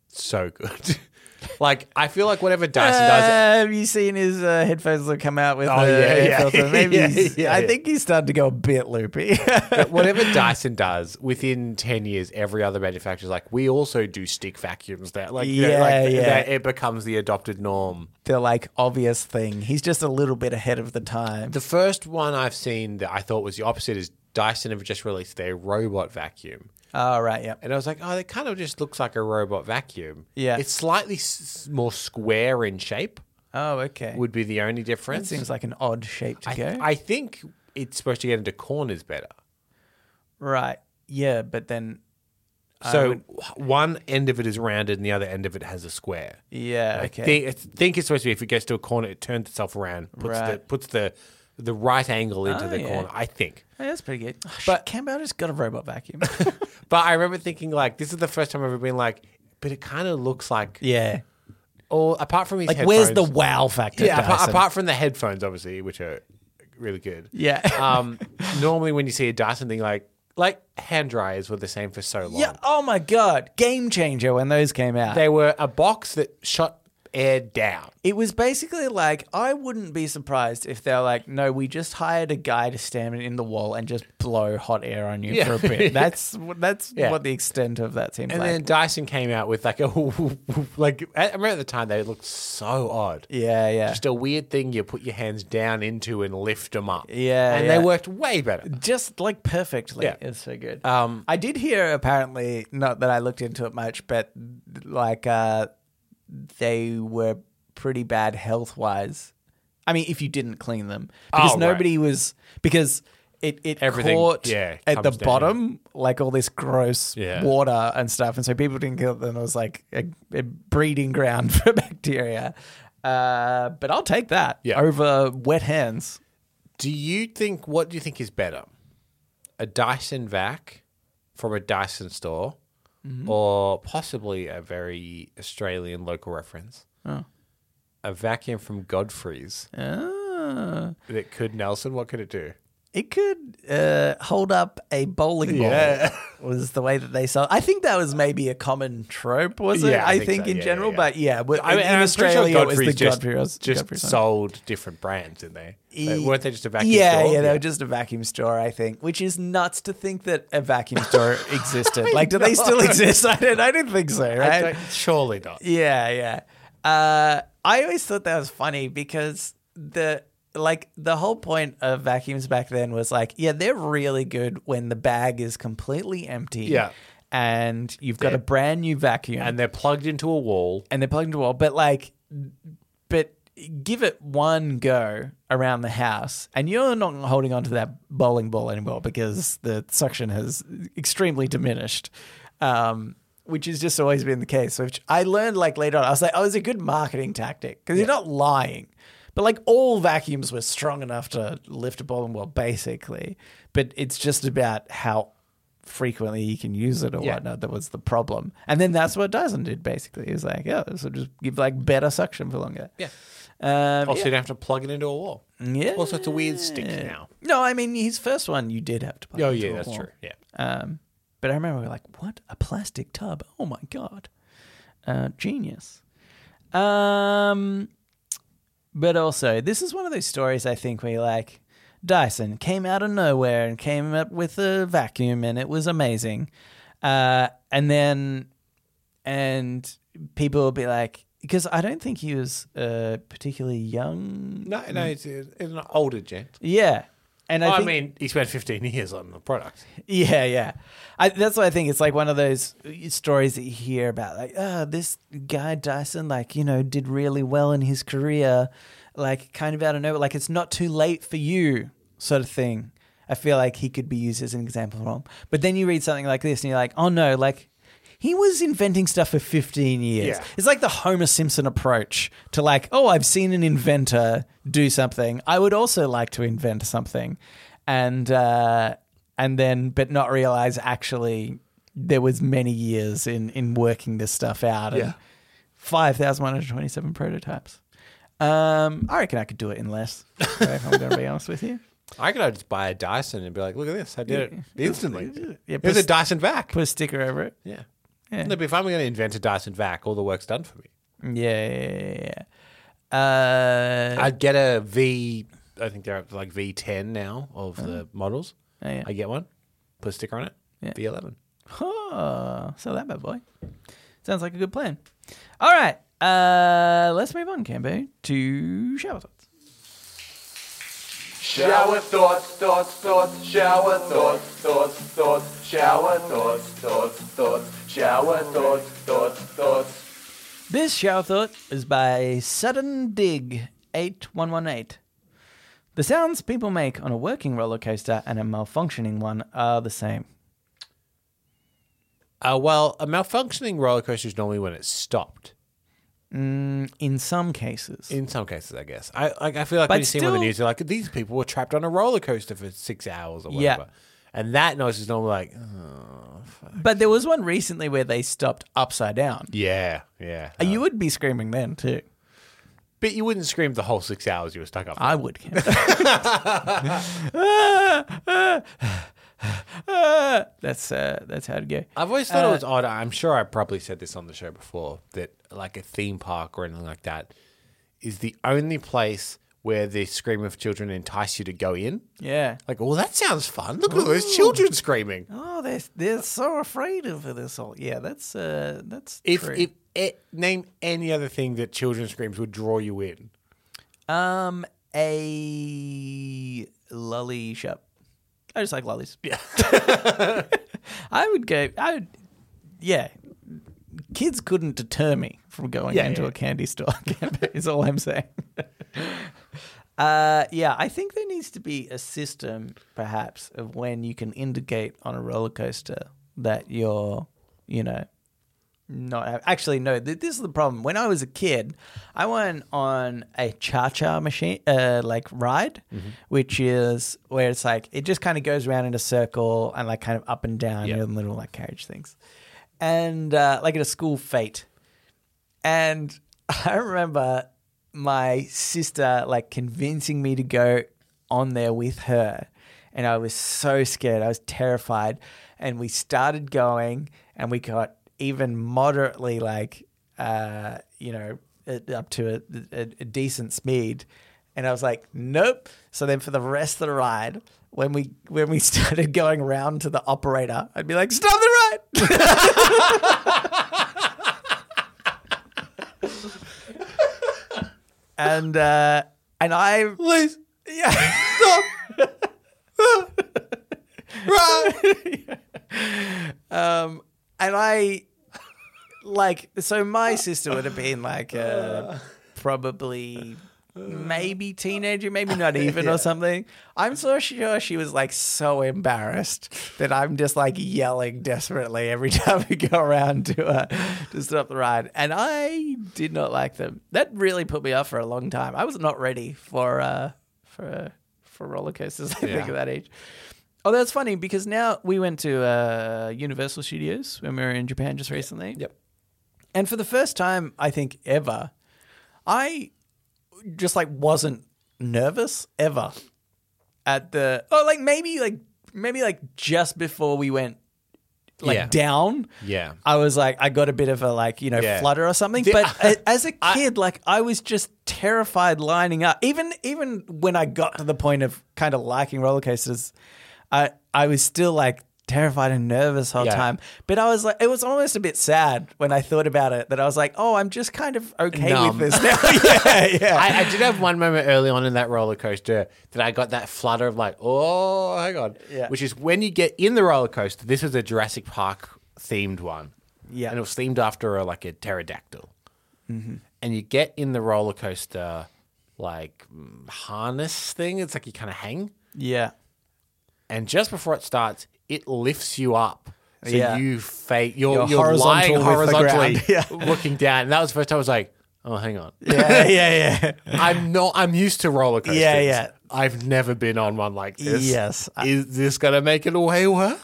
Speaker 2: so good? like, I feel like whatever Dyson does,
Speaker 1: Uh, have you seen his uh, headphones that come out with
Speaker 2: Oh,
Speaker 1: the
Speaker 2: yeah,
Speaker 1: head
Speaker 2: yeah.
Speaker 1: filter? Maybe
Speaker 2: Yeah,
Speaker 1: he's,
Speaker 2: yeah,
Speaker 1: I
Speaker 2: yeah.
Speaker 1: think he's starting to go a bit loopy.
Speaker 2: whatever Dyson does, within ten years, every other manufacturer's like, we also do stick vacuums. That like, you know,
Speaker 1: Yeah,
Speaker 2: like
Speaker 1: yeah.
Speaker 2: that- it becomes the adopted norm.
Speaker 1: the like obvious thing. He's just a little bit ahead of the time.
Speaker 2: The first one I've seen that I thought was the opposite is Dyson have just released their robot vacuum.
Speaker 1: All right, oh, right, yeah.
Speaker 2: And I was like, oh, that kind of just looks like a robot vacuum.
Speaker 1: Yeah.
Speaker 2: It's slightly s- more square in shape,
Speaker 1: Oh, okay.
Speaker 2: would be the only
Speaker 1: That
Speaker 2: difference.
Speaker 1: seems like an odd shape to
Speaker 2: I,
Speaker 1: go.
Speaker 2: I think it's supposed to get into corners better.
Speaker 1: right. Yeah, but then
Speaker 2: So wh- one end of it is rounded and the other end of it has a square.
Speaker 1: yeah, okay.
Speaker 2: I think, I think it's supposed to be if it gets to a corner, it turns itself around, puts, the,
Speaker 1: Right.
Speaker 2: puts the, the right angle into
Speaker 1: Oh,
Speaker 2: the
Speaker 1: yeah.
Speaker 2: corner, I think.
Speaker 1: Hey, that's pretty good. but Canberra's got a robot vacuum.
Speaker 2: But I remember thinking, like, this is the first time I've ever been like, but it kind of looks like,
Speaker 1: yeah.
Speaker 2: or apart from his
Speaker 1: Like,
Speaker 2: headphones,
Speaker 1: where's the wow factor?
Speaker 2: yeah, apart,
Speaker 1: Dyson?
Speaker 2: apart from the headphones, obviously, which are really good.
Speaker 1: Yeah.
Speaker 2: Um, normally, when you see a Dyson thing, like like hand dryers were the same for so long.
Speaker 1: yeah. Oh my god, game changer when those came out.
Speaker 2: They were a box that shot air down.
Speaker 1: it was basically like I wouldn't be surprised if they're like, no, we just hired a guy to stand in the wall and just blow hot air on you
Speaker 2: Yeah.
Speaker 1: for a bit. That's that's
Speaker 2: Yeah.
Speaker 1: what the extent of that seems
Speaker 2: And
Speaker 1: like.
Speaker 2: then Dyson came out with like a like I remember at the time they looked so odd.
Speaker 1: yeah, yeah.
Speaker 2: Just a weird thing you put your hands down into and lift them up.
Speaker 1: Yeah,
Speaker 2: and
Speaker 1: yeah.
Speaker 2: they worked way better.
Speaker 1: just like perfectly.
Speaker 2: Yeah.
Speaker 1: It's so good.
Speaker 2: Um,
Speaker 1: I did hear apparently, not that I looked into it much, but like uh, they were pretty bad health wise. I mean, if you didn't clean them, because
Speaker 2: Oh, right.
Speaker 1: nobody was because it it
Speaker 2: Everything,
Speaker 1: caught
Speaker 2: yeah,
Speaker 1: at the
Speaker 2: comes down.
Speaker 1: bottom like all this gross
Speaker 2: Yeah.
Speaker 1: water and stuff, and so people didn't kill them. It was like a, a breeding ground for bacteria. Uh, but I'll take that
Speaker 2: Yeah.
Speaker 1: over wet hands.
Speaker 2: Do you think what do you think is better? A Dyson vac from a Dyson store or possibly a very Australian local reference?
Speaker 1: Oh.
Speaker 2: A vacuum from Godfrey's
Speaker 1: Ah.
Speaker 2: that could Nelson, what could it do?
Speaker 1: It could uh, hold up a bowling ball.
Speaker 2: Yeah.
Speaker 1: Was the way that they sold. I think that was maybe a common trope, was it?
Speaker 2: Yeah, I
Speaker 1: I,
Speaker 2: think
Speaker 1: think,
Speaker 2: so.
Speaker 1: in
Speaker 2: Yeah,
Speaker 1: general,
Speaker 2: yeah, yeah.
Speaker 1: but yeah, but in, in
Speaker 2: and I'm pretty sure
Speaker 1: Australia it was the
Speaker 2: Godfrey's
Speaker 1: Godfrey
Speaker 2: just, just
Speaker 1: Godfrey's one.
Speaker 2: sold different brands in there. They-
Speaker 1: E-
Speaker 2: weren't they just a vacuum
Speaker 1: yeah,
Speaker 2: store?
Speaker 1: yeah, they were just a vacuum store, I think, which is nuts to think that a vacuum store existed. like, do they still exist? I don't, I don't think so,
Speaker 2: I
Speaker 1: right?
Speaker 2: don't- surely not.
Speaker 1: Yeah, yeah. Uh, I always thought that was funny because the like the whole point of vacuums back then was like, yeah, they're really good when the bag is completely empty.
Speaker 2: Yeah.
Speaker 1: And you've got a brand new vacuum
Speaker 2: And they're plugged into a wall.
Speaker 1: and they're plugged into a wall, but like, but give it one go around the house, and you're not holding onto that bowling ball anymore because the suction has extremely diminished, um, which has just always been the case. Which I learned like later on. I was like, oh, it's a good marketing tactic because you're not lying. But like all vacuums were strong enough to lift a bowling ball, basically. But it's just about how frequently you can use it or
Speaker 2: Yeah.
Speaker 1: whatnot that was the problem. And then that's what Dyson did basically. Is like, yeah, so just give like better suction for longer.
Speaker 2: Yeah.
Speaker 1: Um,
Speaker 2: Also, Oh, you don't have to plug it into a wall.
Speaker 1: yeah.
Speaker 2: Also, it's a weird stick now.
Speaker 1: No, I mean his first one you did have to plug.
Speaker 2: Oh,
Speaker 1: into
Speaker 2: yeah,
Speaker 1: a
Speaker 2: that's
Speaker 1: wall.
Speaker 2: true. Yeah.
Speaker 1: Um, but I remember we were like, what a plastic tub! Oh my god, uh, genius. Um, but also this is one of those stories I think where you're like Dyson came out of nowhere and came up with a vacuum and it was amazing, uh, and then and people will be like. Because I don't think he was uh, particularly young.
Speaker 2: No, no, it's, it's an older gent.
Speaker 1: Yeah, and I,
Speaker 2: Oh, I,
Speaker 1: think,
Speaker 2: mean, he spent 15 years on the product.
Speaker 1: Yeah, yeah. I, that's what I think. It's like one of those uh, stories that you hear about, like, oh, this guy Dyson, like, you know, did really well in his career, like, kind of out of nowhere. Like, it's not too late for you, sort of thing. I feel like he could be used as an example wrong. But then you read something like this and you're like, oh no, like, he was inventing stuff for 15 years.
Speaker 2: Yeah.
Speaker 1: It's like the Homer Simpson approach to like, oh, I've seen an inventor do something. I would also like to invent something, and uh, and then but not realize actually there was many years in in working this stuff out. And
Speaker 2: Yeah.
Speaker 1: five thousand one hundred twenty seven prototypes. Um, I reckon I could do it in less. if I'm going to be honest with you.
Speaker 2: I could just buy a Dyson and be like, look at this. I did it instantly.
Speaker 1: Yeah,
Speaker 2: Here's a
Speaker 1: put-
Speaker 2: Dyson vac.
Speaker 1: Put a sticker over it.
Speaker 2: Yeah.
Speaker 1: Yeah.
Speaker 2: No, but if I'm going to invent a Dyson vac, all the work's done for me.
Speaker 1: Yeah, yeah, yeah, yeah. Uh,
Speaker 2: I'd get a V, I think they're up to like V10 now of the models.
Speaker 1: oh, yeah.
Speaker 2: I get one, put a sticker on it,
Speaker 1: Yeah.
Speaker 2: V11.
Speaker 1: Oh, sell that bad boy. Sounds like a good plan. All right, uh, let's move on, Cambo, to shower thoughts.
Speaker 4: Shower thoughts, thoughts, thoughts, shower thoughts, thoughts, thoughts, shower thoughts, thoughts, thoughts, shower thoughts, thoughts, thoughts.
Speaker 1: This shower thought is by Sudden Dig eight one one eight. The sounds people make on a working roller coaster and a malfunctioning one are the same.
Speaker 2: Uh, well, a malfunctioning roller coaster is normally when it's stopped.
Speaker 1: In some cases,
Speaker 2: In some cases, I guess. I like. I feel like
Speaker 1: But
Speaker 2: when you see on the
Speaker 1: still-
Speaker 2: news, you're like, these people were trapped on a roller coaster for six hours or
Speaker 1: Yeah. Uh-huh.
Speaker 2: whatever. And that noise is normally like, oh, fuck.
Speaker 1: but there was one recently where they stopped upside down.
Speaker 2: yeah, yeah.
Speaker 1: You would be screaming then too.
Speaker 2: but you wouldn't scream the whole six hours you were stuck up. there.
Speaker 1: I would. Cambo. Ah, ah, ah. that's uh, that's how it go.
Speaker 2: I've always thought it was odd. I'm sure I probably said this on the show before that like a theme park or anything like that is the only place where the scream of children entice you to go in.
Speaker 1: Yeah.
Speaker 2: Like, oh, that sounds fun. Look at all those children screaming.
Speaker 1: Oh, they're they're so afraid of this all. Yeah, that's uh, that's
Speaker 2: If,
Speaker 1: true.
Speaker 2: if eh, name any other thing that children screams would draw you in.
Speaker 1: um, a lolly shop. I just like lollies. Yeah. I would go. I would. Yeah. Kids couldn't deter me from going
Speaker 2: Yeah,
Speaker 1: into
Speaker 2: yeah.
Speaker 1: a candy store. is all I'm saying. Uh, yeah, I think there needs to be a system, perhaps, of when you can indicate on a roller coaster that you're, you know, not actually. No, th- this is the problem. When I was a kid, I went on a cha-cha machine, uh, like ride, which is where it's like it just kind of goes around in a circle and like kind of up and down, you know, the little like carriage things, and uh, like at a school fete. And I remember my sister like convincing me to go on there with her. And I was so scared. I was terrified. And we started going and we got even moderately like, uh, you know, uh, up to a, a, a decent speed. And I was like, nope. So then for the rest of the ride, when we when we started going round to the operator, I'd be like, stop the ride. and uh, and I
Speaker 2: Please,
Speaker 1: yeah.
Speaker 2: right.
Speaker 1: Um, and I
Speaker 2: Uh.
Speaker 1: like so my sister would have been like uh, probably maybe teenager, maybe not even or something. I'm so sure she was like so embarrassed that I'm just like yelling desperately every time we go around to uh, to stop the ride. And I did not like them. That really put me off for a long time. I was not ready for uh for for roller coasters. I think
Speaker 2: Yeah.
Speaker 1: at that age. Oh, that's funny because now we went to uh, Universal Studios when we were in Japan just recently.
Speaker 2: Yep.
Speaker 1: And for the first time, I think ever, I just like wasn't nervous ever at the oh like maybe like maybe like just before we went like
Speaker 2: Yeah.
Speaker 1: down.
Speaker 2: Yeah.
Speaker 1: I was like I got a bit of a like, you know,
Speaker 2: Yeah.
Speaker 1: flutter or something,
Speaker 2: The-
Speaker 1: but a- as a kid like I was just terrified lining up. Even even when I got to the point of kind of liking roller coasters, I I was still like terrified and nervous the whole
Speaker 2: Yeah.
Speaker 1: time. But I was like it was almost a bit sad when I thought about it that I was like, "Oh, I'm just kind of okay
Speaker 2: Numb.
Speaker 1: with this now." yeah, yeah.
Speaker 2: I, I did have one moment early on in that roller coaster that I got that flutter of like, oh, hang on.
Speaker 1: Yeah.
Speaker 2: Which is when you get in the roller coaster, this is a Jurassic Park themed
Speaker 1: Yeah.
Speaker 2: one.
Speaker 1: Mm-hmm.
Speaker 2: And it was themed after a, like a pterodactyl. And you get in the roller coaster like mm, harness thing. It's like you kind of hang.
Speaker 1: yeah.
Speaker 2: And just before it starts, it lifts you up. So
Speaker 1: Yeah.
Speaker 2: you fake you're,
Speaker 1: You're
Speaker 2: you're,
Speaker 1: horizontal
Speaker 2: lying
Speaker 1: with the
Speaker 2: horizontally
Speaker 1: ground. Yeah.
Speaker 2: looking down. And that was the first time I was like, oh, hang on.
Speaker 1: Yeah, yeah, yeah.
Speaker 2: I'm not. I'm used to roller coasters.
Speaker 1: Yeah, yeah.
Speaker 2: I've never been on one like this.
Speaker 1: Yes.
Speaker 2: Is this gonna make it way worse?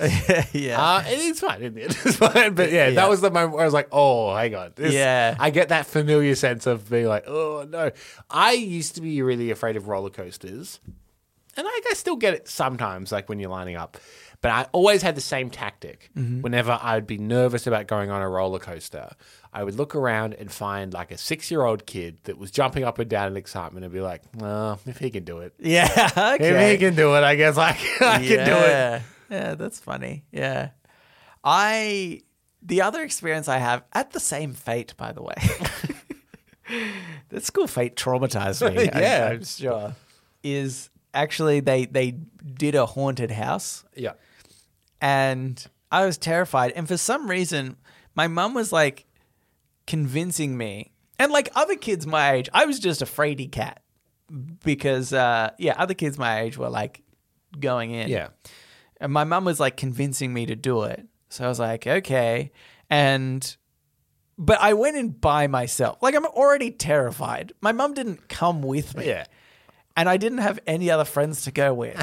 Speaker 1: yeah.
Speaker 2: Uh, it's fine, isn't it? It's fine. But yeah,
Speaker 1: Yeah.
Speaker 2: that was the moment where I was like, oh, hang on. This-
Speaker 1: Yeah.
Speaker 2: I get that familiar sense of being like, oh, no. I used to be really afraid of roller coasters. And I, I still get it sometimes, like when you're lining up. But I always had the same tactic.
Speaker 1: Mm-hmm.
Speaker 2: Whenever I'd be nervous about going on a roller coaster, I would look around and find like a six year old kid that was jumping up and down in excitement and be like, oh, if he can do it,
Speaker 1: Uh, yeah.
Speaker 2: if
Speaker 1: Okay.
Speaker 2: he can do it, I guess I, I can do it.
Speaker 1: Yeah. Yeah, that's funny. Yeah. I the other experience I have at the same fate, by the way. that school fate traumatized me.
Speaker 2: Yeah.
Speaker 1: I'm, I'm sure. Is actually they they did a haunted house
Speaker 2: Yeah.
Speaker 1: and I was terrified. And for some reason, my mum was like convincing me, and like other kids my age, I was just a fraidy cat because, uh, yeah, other kids my age were like going in.
Speaker 2: Yeah.
Speaker 1: And my mum was like convincing me to do it. So I was like, okay. And, but I went in by myself. Like I'm already terrified. My mum didn't come with me
Speaker 2: Yeah.
Speaker 1: and I didn't have any other friends to go with.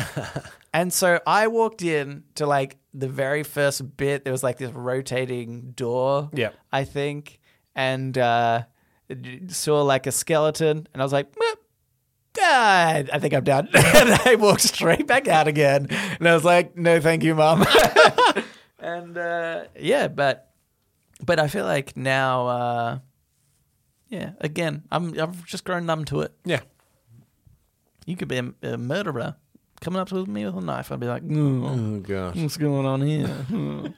Speaker 1: and so I walked in to like the very first bit. There was like this rotating door,
Speaker 2: Yep.
Speaker 1: I think, and uh, d- saw like a skeleton, and I was like, "Meh, ah, I think I'm done. and I walked straight back out again, and I was like, no, thank you, mom. and uh, yeah, but but I feel like now. Uh, yeah, again, I'm I've just grown numb to it.
Speaker 2: Yeah.
Speaker 1: You could be a, a murderer coming up to me with a knife. I'd be like, "Mm,
Speaker 2: Oh, gosh.
Speaker 1: what's going on here?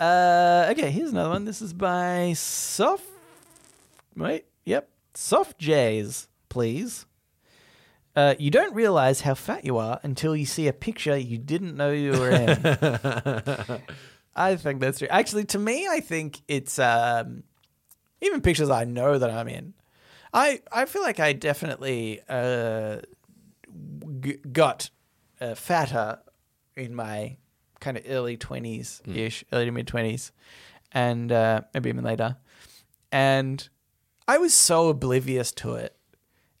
Speaker 1: uh, okay, here's another one. This is by Soft. Wait, yep. Soft Jays, please. Uh, you don't realize how fat you are until you see a picture you didn't know you were in. I think that's true. Actually, to me, I think it's um, even pictures I know that I'm in. I, I feel like I definitely uh, g- got uh, fatter in my kind of early 20s ish,
Speaker 2: Hmm.
Speaker 1: early to mid 20s, and uh, maybe even later. And I was so oblivious to it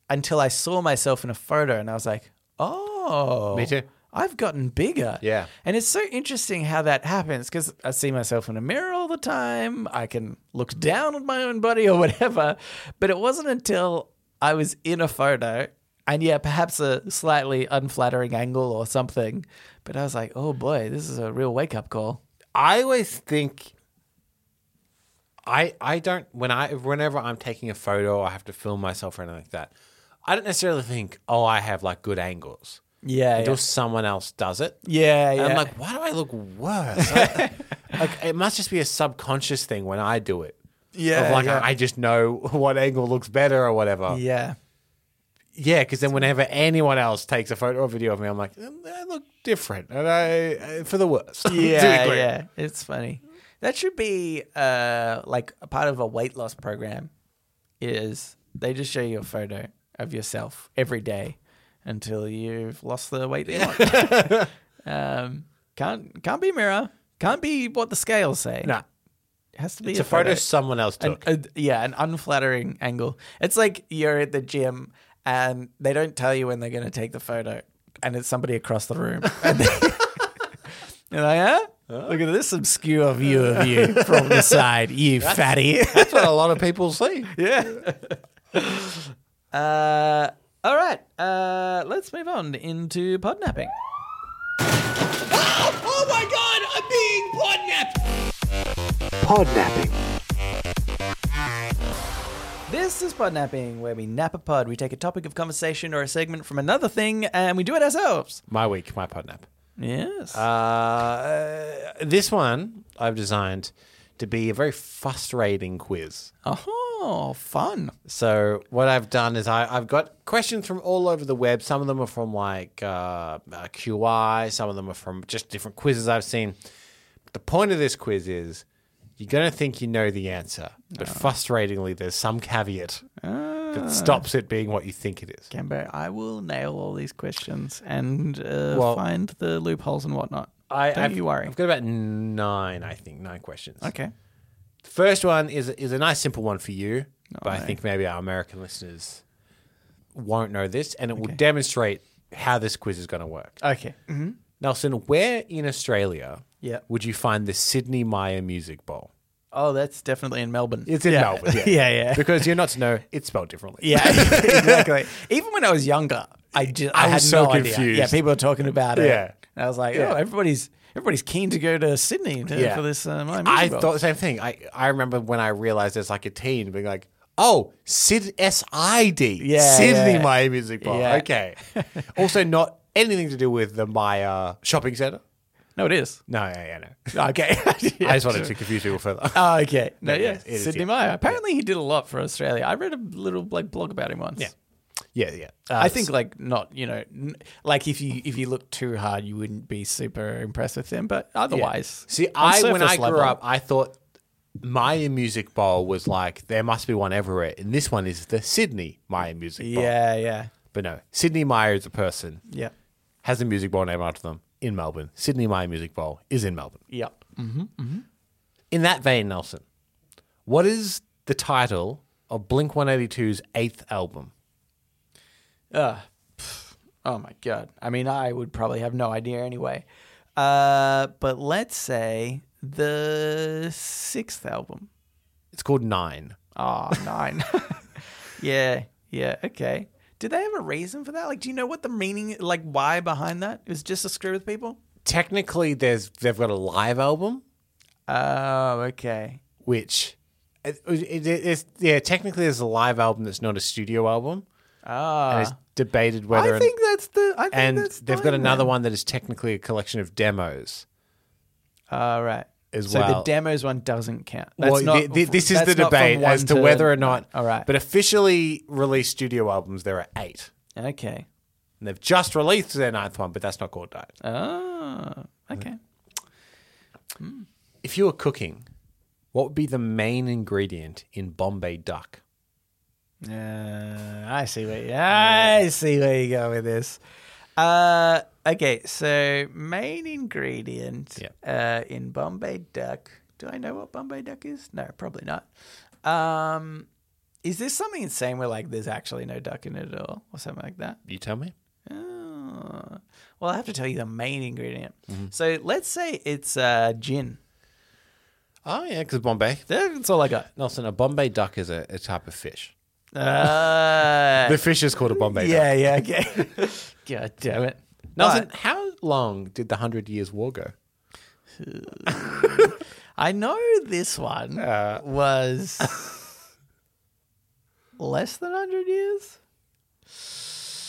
Speaker 1: until I saw myself in a photo and I was like, oh.
Speaker 2: Me too.
Speaker 1: I've gotten bigger.
Speaker 2: Yeah.
Speaker 1: And it's so interesting how that happens because I see myself in a mirror all the time. I can look down on my own body or whatever. But it wasn't until I was in a photo and, yeah, perhaps a slightly unflattering angle or something. But I was like, oh boy, this is a real wake up call.
Speaker 2: I always think I I don't when I whenever I'm taking a photo or I have to film myself or anything like that, I don't necessarily think, oh, I have like good angles.
Speaker 1: Yeah.
Speaker 2: Until someone else does it.
Speaker 1: Yeah.
Speaker 2: And
Speaker 1: yeah.
Speaker 2: I'm like, why do I look worse? I- like it must just be a subconscious thing when I do it.
Speaker 1: Yeah,
Speaker 2: Of like
Speaker 1: yeah.
Speaker 2: I just know what angle looks better or whatever.
Speaker 1: yeah.
Speaker 2: Yeah, because then whenever anyone else takes a photo or video of me, I'm like, "Mm, I look different, and I, I for the worst.
Speaker 1: Yeah,
Speaker 2: Typically.
Speaker 1: yeah, it's funny. That should be uh, like a part of a weight loss program. Is they just show you a photo of yourself every day until you've lost the weight that you want. um, can't can't be a mirror. Can't be what the scales say.
Speaker 2: Nah.
Speaker 1: It has to be
Speaker 2: It's
Speaker 1: a,
Speaker 2: a photo someone else
Speaker 1: An-
Speaker 2: took.
Speaker 1: a- yeah, an unflattering angle. It's like you're at the gym and they don't tell you when they're going to take the photo, and it's somebody across the room. And they- you're like, huh? Look at this obscure view of you from the side, you fatty.
Speaker 2: That's what a lot of people see.
Speaker 1: yeah. uh, all right. Uh, let's move on into podnapping.
Speaker 5: Podnapping.
Speaker 1: This is Podnapping, where we nap a pod. We take a topic of conversation or a segment from another thing and we do it ourselves.
Speaker 2: My week, my podnap.
Speaker 1: Yes.
Speaker 2: Uh, this one I've designed to be a very frustrating quiz.
Speaker 1: oh, fun.
Speaker 2: So what I've done is I, I've got questions from all over the web. Some of them are from like uh, uh, QI. Some of them are from just different quizzes I've seen. the point of this quiz is you're going to think you know the answer,
Speaker 1: Oh.
Speaker 2: but frustratingly, there's some caveat
Speaker 1: Ah.
Speaker 2: that stops it being what you think it is.
Speaker 1: Cambo, I will nail all these questions and uh,
Speaker 2: Well-
Speaker 1: find the loopholes and whatnot.
Speaker 2: I,
Speaker 1: Don't
Speaker 2: I've-
Speaker 1: you worry.
Speaker 2: I've got about nine, I think, nine questions.
Speaker 1: okay.
Speaker 2: The first one is is a nice simple one for you, but I
Speaker 1: no.
Speaker 2: think maybe our American listeners won't know this, and it will demonstrate how this quiz is going to work.
Speaker 1: Okay.
Speaker 2: Nelson, where in Australia
Speaker 1: Yeah.
Speaker 2: would you find the Sydney Meyer Music Bowl?
Speaker 1: Oh, that's definitely in Melbourne.
Speaker 2: It's in
Speaker 1: Yeah.
Speaker 2: Melbourne. Yeah.
Speaker 1: yeah, yeah.
Speaker 2: Because you're not to know, it's spelled differently.
Speaker 1: Yeah, exactly. Even when I was younger, I ju- I,
Speaker 2: I
Speaker 1: had
Speaker 2: was so
Speaker 1: no idea.
Speaker 2: confused.
Speaker 1: Yeah, people were talking about it.
Speaker 2: Yeah.
Speaker 1: And I was like,
Speaker 2: Yeah.
Speaker 1: oh, everybody's everybody's keen to go to Sydney to,
Speaker 2: Yeah.
Speaker 1: for this. Uh, my
Speaker 2: I
Speaker 1: music bowl.
Speaker 2: thought the same thing. I, I remember when I realized as like a teen being like, oh, Sid S I D.
Speaker 1: Yeah,
Speaker 2: Sydney
Speaker 1: yeah.
Speaker 2: Meyer Music Bowl.
Speaker 1: Yeah.
Speaker 2: Okay. also not anything to do with the Meyer shopping centre.
Speaker 1: no, it is.
Speaker 2: No, yeah, yeah, no.
Speaker 1: Okay.
Speaker 2: I just wanted to confuse people further.
Speaker 1: Oh, okay. No,
Speaker 2: No,
Speaker 1: yeah.
Speaker 2: yes, it is,
Speaker 1: Sydney
Speaker 2: yeah.
Speaker 1: Meyer. Apparently, he did a lot for Australia. I read a little like blog about him once.
Speaker 2: Yeah. yeah, yeah. Uh,
Speaker 1: I think like not you know n- like if you if you look too hard you wouldn't be super impressed with him but otherwise
Speaker 2: See,
Speaker 1: on
Speaker 2: I when
Speaker 1: surface
Speaker 2: I grew
Speaker 1: level-
Speaker 2: up, I thought Maya Music Bowl was like there must be one everywhere, and this one is the Sydney Maya Music Bowl.
Speaker 1: yeah yeah
Speaker 2: but no, Sydney Meyer is a person
Speaker 1: yeah
Speaker 2: has a music bowl named after them in Melbourne. Sydney Maya Music Bowl is in Melbourne.
Speaker 1: yeah
Speaker 2: In that vein, Nelson, what is the title of Blink 182's eighth album?
Speaker 1: uh, pff, oh my god I mean I would probably have no idea anyway uh but let's say the sixth album
Speaker 2: It's called Nine.
Speaker 1: oh nine yeah yeah okay did they have a reason for that like do you know what the meaning like why behind that it was just to screw with people
Speaker 2: Technically, there's they've got a live album
Speaker 1: oh okay
Speaker 2: which it, it, it's, yeah, technically there's a live album that's not a studio album,
Speaker 1: ah
Speaker 2: and it's debated whether
Speaker 1: I think that's the. I think
Speaker 2: and
Speaker 1: that's
Speaker 2: they've got another one that is technically a collection of demos.
Speaker 1: All right.
Speaker 2: as
Speaker 1: so the
Speaker 2: well.
Speaker 1: demos one doesn't count. That's
Speaker 2: well,
Speaker 1: not,
Speaker 2: th- th- this is
Speaker 1: that's
Speaker 2: the
Speaker 1: not from
Speaker 2: debate
Speaker 1: one
Speaker 2: as to whether or not.
Speaker 1: All right.
Speaker 2: But officially released studio albums, there are eight,
Speaker 1: okay.
Speaker 2: and they've just released their ninth one, but that's not called Diet.
Speaker 1: Oh, okay.
Speaker 2: If you were cooking, what would be the main ingredient in Bombay duck?
Speaker 1: Uh, I see where you, I see where you go with this. Uh, okay, so main ingredient uh, in Bombay duck. Do I know what Bombay duck is? No, probably not. Um, is this something insane where like there's actually no duck in it at all, or something like that?
Speaker 2: You tell me.
Speaker 1: Oh. Well, I have to tell you the main ingredient. So let's say it's uh, gin.
Speaker 2: Oh yeah, because Bombay.
Speaker 1: That's all I got.
Speaker 2: Nelson, a Bombay duck is a, a type of fish.
Speaker 1: Uh,
Speaker 2: The fish is called a Bombay duck.
Speaker 1: yeah, yeah, okay. God damn it.
Speaker 2: Nelson,
Speaker 1: But
Speaker 2: how long did the Hundred Years' War go?
Speaker 1: I know this one
Speaker 2: Uh.
Speaker 1: was less than 100 years.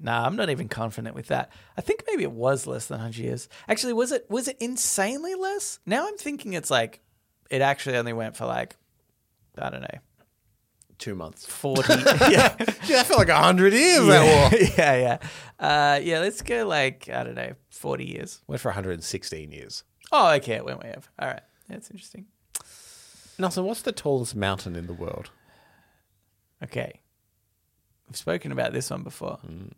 Speaker 1: Nah, I'm not even confident with that. I think maybe it was less than 100 years. Actually, was it was it insanely less? Now I'm thinking it's like it actually only went for like I don't know,
Speaker 2: Two months.
Speaker 1: 40 yeah
Speaker 2: Yeah, I felt like a hundred years
Speaker 1: yeah yeah yeah. uh yeah let's go like i don't know 40 years
Speaker 2: Went for 116 years.
Speaker 1: oh okay it went way over all right that's interesting
Speaker 2: Nelson, what's the tallest mountain in the world?
Speaker 1: okay We've spoken about this one before.
Speaker 2: Mm.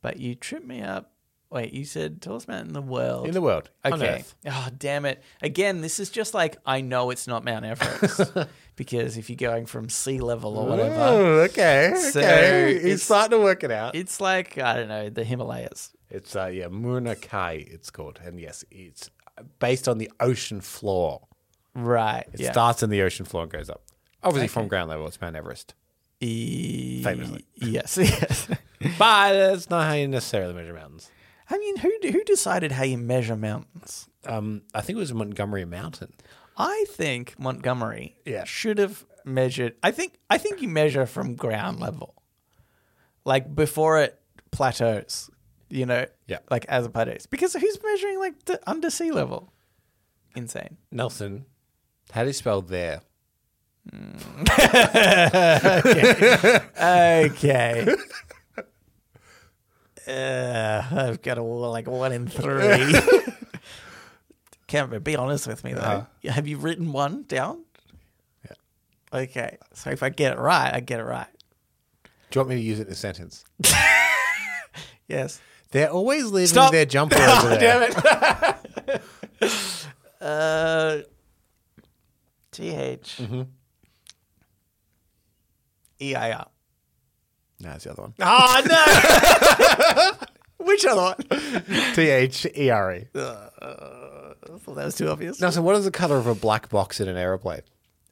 Speaker 1: But you tripped me up. Wait, you said tell us about in the world.
Speaker 2: In the world. On
Speaker 1: Okay.
Speaker 2: Earth.
Speaker 1: Oh, damn it. Again, this is just like I know it's not Mount Everest. because if you're going from sea level or whatever,
Speaker 2: Oh, okay.
Speaker 1: So
Speaker 2: okay.
Speaker 1: it's-
Speaker 2: He's starting to work it out.
Speaker 1: it's like, I don't know, the Himalayas.
Speaker 2: It's uh yeah, Murunakai it's called. And yes, it's based on the ocean floor.
Speaker 1: Right.
Speaker 2: It
Speaker 1: yeah.
Speaker 2: starts in the ocean floor and goes up. Obviously from ground level, it's Mount Everest.
Speaker 1: E-
Speaker 2: Famously.
Speaker 1: Yes, yes.
Speaker 2: But that's not how you necessarily measure mountains.
Speaker 1: I mean, who who decided how you measure mountains?
Speaker 2: Um, I think it was Montgomery Mountain.
Speaker 1: I think Montgomery
Speaker 2: Yeah.
Speaker 1: should have measured. I think I think you measure from ground level, like before it plateaus. You know,
Speaker 2: Yeah.
Speaker 1: like as it plateaus, because who's measuring like the under sea level? Insane.
Speaker 2: Nelson, how do you spell there?
Speaker 1: Okay. uh, I've got a like one in three. Can't be honest with me though. Have you written one down? Uh-huh. Yeah. Okay. So if I get it right, I get it right.
Speaker 2: Do you want me to use it in a sentence?
Speaker 1: Yes.
Speaker 2: They're always leaving
Speaker 1: Stop.
Speaker 2: their jumper over there.
Speaker 1: Damn it. uh, th.
Speaker 2: Mm-hmm. E
Speaker 1: EIR.
Speaker 2: No, it's the other one.
Speaker 1: Oh no! Which other one?
Speaker 2: T H E R E.
Speaker 1: I thought that was too obvious.
Speaker 2: Nelson, what is the color of a black box in an aeroplane?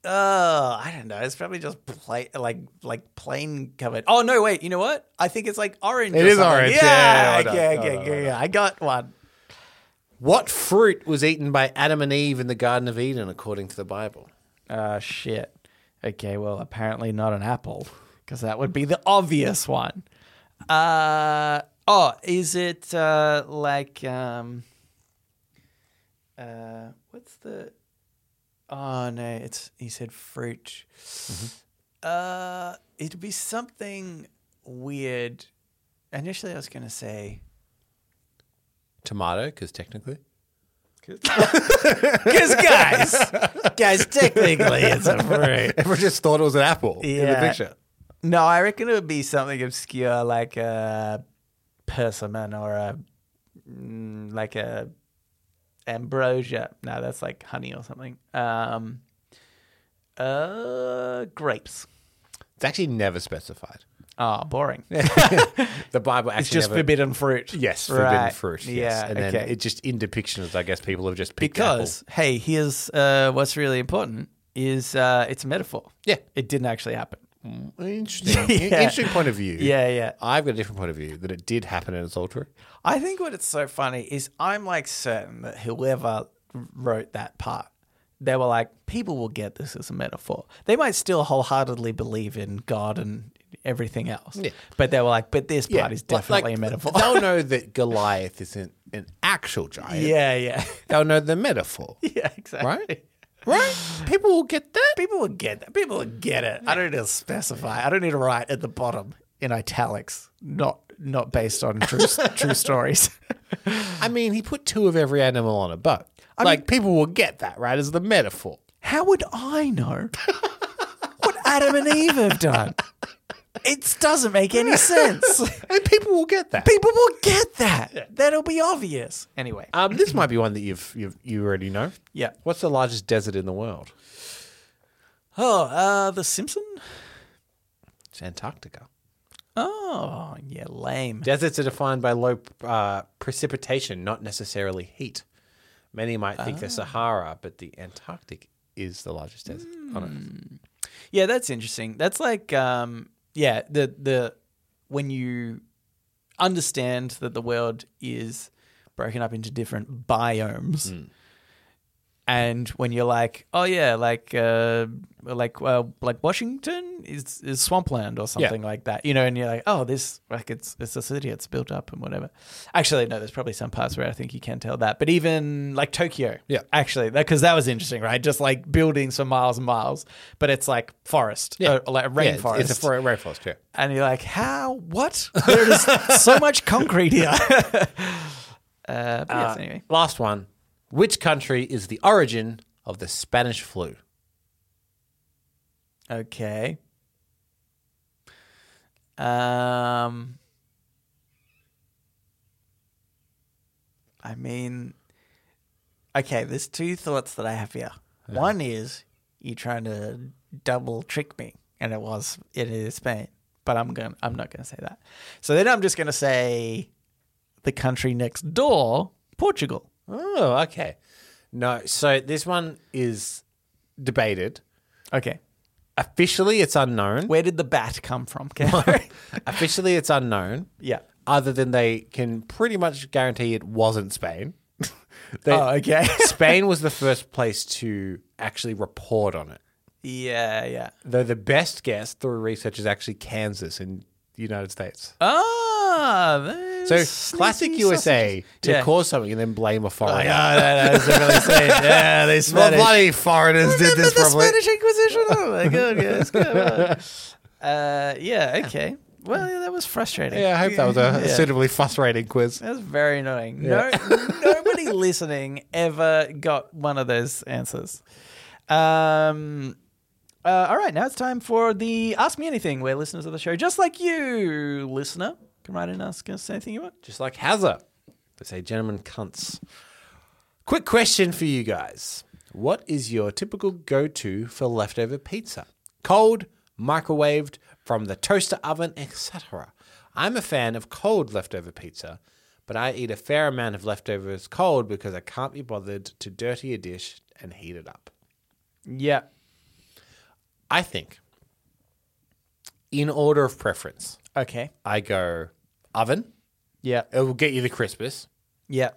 Speaker 1: Oh, I don't know. It's probably just play, like like plain covered. Oh no, wait. You know what? I think it's like orange.
Speaker 2: It
Speaker 1: or
Speaker 2: is
Speaker 1: something.
Speaker 2: orange.
Speaker 1: Yeah.
Speaker 2: Yeah,
Speaker 1: okay.
Speaker 2: well
Speaker 1: Okay. okay,
Speaker 2: done. Well done, well
Speaker 1: yeah. I got one.
Speaker 2: What fruit was eaten by Adam and Eve in the Garden of Eden, according to the Bible?
Speaker 1: Oh shit. Okay. Well, apparently not an apple because that would be the obvious one. Uh oh. Is it uh like um uh what's the oh no it's he said fruit. Uh, it'd be something weird. Initially, I was gonna say
Speaker 2: Tomato, because technically.
Speaker 1: because guys, guys, technically it's a fruit.
Speaker 2: Everyone just thought it was an apple in the
Speaker 1: Yeah.
Speaker 2: picture.
Speaker 1: No, I reckon it would be something obscure like a persimmon or a mm, like a ambrosia. No, that's like honey or something. Um, uh, grapes.
Speaker 2: It's actually never specified. Hmm.
Speaker 1: Ah, boring.
Speaker 2: The Bible actually
Speaker 1: it's just
Speaker 2: never-
Speaker 1: forbidden fruit.
Speaker 2: Yes, forbidden
Speaker 1: Right.
Speaker 2: fruit. Yes.
Speaker 1: Yeah,
Speaker 2: and then
Speaker 1: okay.
Speaker 2: it just in depictions, I guess people have just picked
Speaker 1: because hey, here's uh, what's really important is uh, it's a metaphor.
Speaker 2: Yeah.
Speaker 1: it didn't actually happen.
Speaker 2: apple. Interesting.
Speaker 1: Yeah.
Speaker 2: Interesting point of view.
Speaker 1: Yeah, yeah.
Speaker 2: I've got a different point of view that it did happen and it's all true.
Speaker 1: I think what it's so funny is I'm like certain that whoever wrote that part, they were like, people will get this as a metaphor. They might still wholeheartedly believe in God and everything else,
Speaker 2: Yeah.
Speaker 1: but they were like, but this part is
Speaker 2: Like- like,
Speaker 1: definitely a metaphor.
Speaker 2: They'll know that Goliath isn't an actual giant.
Speaker 1: yeah, yeah,
Speaker 2: They'll know the metaphor.
Speaker 1: yeah, exactly.
Speaker 2: Right? Right? People will get that.
Speaker 1: People will get that. People will get it. I don't need to specify. I don't need to write at the bottom in italics. Not not based on true true stories.
Speaker 2: I mean, he put two of every animal on a boat. like, people will get that, right? As the metaphor.
Speaker 1: How would I know what Adam and Eve have done? It doesn't make any sense.
Speaker 2: And people will get that.
Speaker 1: People will get that. That'll be obvious. Anyway, uh,
Speaker 2: Um, this might be one that you've, you've you already know.
Speaker 1: yeah.
Speaker 2: What's the largest desert in the world?
Speaker 1: Oh, uh, The Simpson?
Speaker 2: It's Antarctica.
Speaker 1: Oh, yeah, lame.
Speaker 2: Deserts are defined by low uh, precipitation, not necessarily heat. Many might think
Speaker 1: Ah.
Speaker 2: the Sahara, but the Antarctic is the largest desert on Earth.
Speaker 1: Yeah, that's interesting. That's like, um, yeah, the the when you understand that the world is broken up into different biomes,
Speaker 2: Hmm.
Speaker 1: and when you're like, oh yeah, like uh, like uh, like Washington is is swampland or something like that, you know, and you're like, oh, this like it's it's a city, it's built up and whatever. Actually, no, there's probably some parts where I think you can tell that, but even like Tokyo,
Speaker 2: Yeah.
Speaker 1: actually, that because that was interesting, right? Just like buildings for miles and miles, but it's like forest, yeah, like
Speaker 2: Yeah,
Speaker 1: rainforest,
Speaker 2: it's, it's a for- rainforest, yeah.
Speaker 1: and you're like, how? What? There is so much concrete here. uh, but yes, anyway.
Speaker 2: Uh, Last one. Which country is the origin of the Spanish flu?
Speaker 1: Okay. Uh, Um, I mean, okay, there's two thoughts that I have here. One is you trying to double trick me, and it was it is Spain, but I'm going to I'm not gonna say that. So then I'm just gonna say the country next door, Portugal.
Speaker 2: Oh, okay. No, so this one is debated.
Speaker 1: Okay,
Speaker 2: Officially, it's unknown.
Speaker 1: where did the bat come from? Ken?
Speaker 2: Officially, it's unknown.
Speaker 1: yeah.
Speaker 2: Other than they can pretty much guarantee it wasn't Spain. They-
Speaker 1: Oh, okay.
Speaker 2: Spain was the first place to actually report on it.
Speaker 1: yeah, yeah.
Speaker 2: Though the best guess through research is actually Kansas in the United States.
Speaker 1: Ah,
Speaker 2: So classic USA to
Speaker 1: Yeah.
Speaker 2: cause something and then blame a foreigner.
Speaker 1: yeah, they
Speaker 2: Well, bloody foreigners did this
Speaker 1: the
Speaker 2: probably.
Speaker 1: Spanish Inquisition. Oh my god, yeah, it's good. Uh, yeah, okay. Well, yeah, that was frustrating.
Speaker 2: Yeah, I hope that was a
Speaker 1: Yeah.
Speaker 2: suitably frustrating quiz.
Speaker 1: That was very annoying. No, nobody listening ever got one of those answers. Um, uh, all right, now it's time for the Ask Me Anything, where listeners of the show, just like you, listener, can write in and ask us anything you want.
Speaker 2: Just like Hazza. They say gentlemen cunts. Quick question for you guys. What is your typical go-to for leftover pizza? Cold, microwaved, from the toaster oven, etc. I'm a fan of cold leftover pizza, but I eat a fair amount of leftovers cold because I can't be bothered to dirty a dish and heat it up.
Speaker 1: Yeah.
Speaker 2: I think in order of preference,
Speaker 1: Okay.
Speaker 2: I go oven.
Speaker 1: Yeah.
Speaker 2: It will get you the crispest.
Speaker 1: Yeah.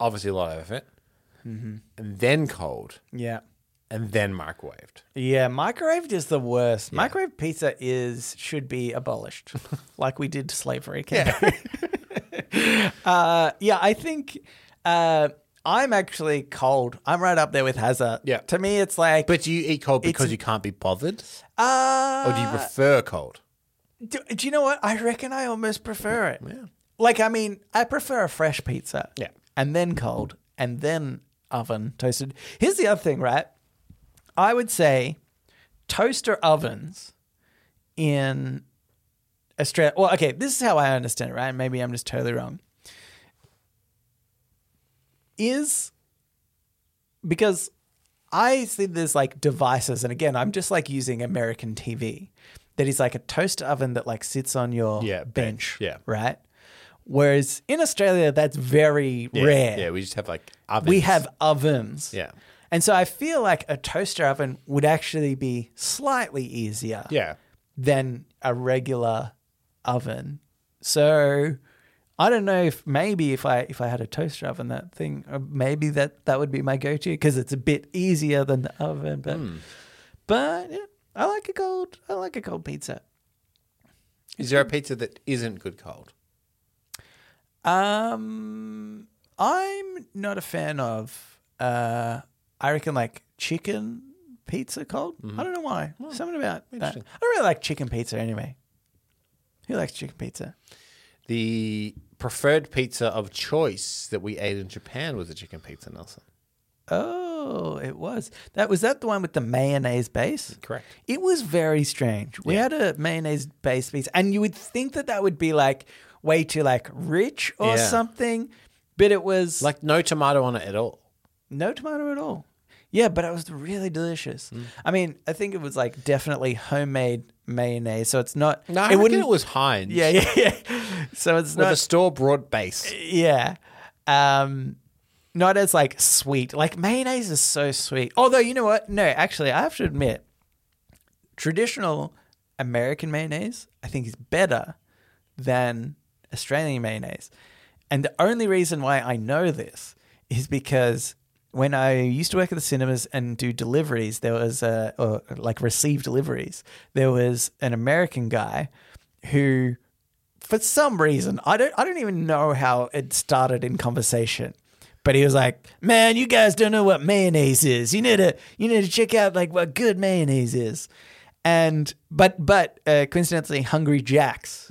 Speaker 2: obviously a lot of it,
Speaker 1: Mm-hmm.
Speaker 2: and then cold,
Speaker 1: Yeah.
Speaker 2: and then microwaved.
Speaker 1: Yeah, microwaved is the worst. Microwave pizza is should be abolished, like we did slavery. Yeah. uh, yeah, I think uh, I'm actually cold. I'm right up there with Hazza.
Speaker 2: Yeah.
Speaker 1: To me, it's like.
Speaker 2: But Oh. do you eat cold because
Speaker 1: It's-
Speaker 2: you can't be bothered,
Speaker 1: uh,
Speaker 2: or do you prefer cold?
Speaker 1: do, do you know what? I reckon I almost prefer it. Yeah. Like, I mean, I prefer a fresh pizza.
Speaker 2: Yeah.
Speaker 1: And then cold, and then oven toasted. Here's the other thing, right? I would say toaster ovens in Australia. Well, okay, this is how I understand it, right? Maybe I'm just totally wrong. Is because I see there's like devices, and again, I'm just like using American TV that is like a toaster oven that like sits on your
Speaker 2: Yeah,
Speaker 1: bench,
Speaker 2: bench, yeah.
Speaker 1: right? Whereas in Australia, that's very
Speaker 2: Yeah,
Speaker 1: rare.
Speaker 2: Yeah, we just have like ovens.
Speaker 1: We have ovens.
Speaker 2: Yeah.
Speaker 1: And so I feel like a toaster oven would actually be slightly easier
Speaker 2: yeah.
Speaker 1: than a regular oven. So I don't know if maybe if I if I had a toaster oven that thing uh, maybe that that would be my go-to because it's a bit easier than the oven but but yeah, I like a cold I like a cold pizza.
Speaker 2: Is there a pizza that isn't good cold?
Speaker 1: Um, I'm not a fan of. Uh, I reckon like chicken pizza cold. I don't know why. Something about that. I
Speaker 2: interesting.
Speaker 1: don't really like chicken pizza anyway. Who likes chicken pizza?
Speaker 2: The preferred pizza of choice that we ate in Japan was a chicken pizza, Nelson.
Speaker 1: Oh, it was that. Was that the one with the mayonnaise base?
Speaker 2: Correct.
Speaker 1: It was very strange. We had a mayonnaise base pizza, and you would think that that would be like way too like rich or
Speaker 2: Yeah.
Speaker 1: something, but it was
Speaker 2: Like no tomato on it at all.
Speaker 1: No tomato at all. Yeah, but it was really delicious.
Speaker 2: Mm.
Speaker 1: I mean, I think it was like definitely homemade mayonnaise, so it's not.
Speaker 2: No, I
Speaker 1: it
Speaker 2: it reckon it was Heinz.
Speaker 1: Yeah, yeah, yeah. So it's
Speaker 2: With
Speaker 1: not.
Speaker 2: a store bought base.
Speaker 1: yeah, um, not as like sweet. Like mayonnaise is so sweet. Although you know what? No, actually, I have to admit, traditional American mayonnaise I think is better than Australian mayonnaise. And the only reason why I know this is because when I used to work at the cinemas and do deliveries, there was a, or like receive deliveries, there was an American guy who, for some reason, I don't, I don't even know how it started in conversation. But he was like, "Man, you guys don't know what mayonnaise is. You need to, you need to check out like what good mayonnaise is." And but but uh, coincidentally, Hungry Jack's,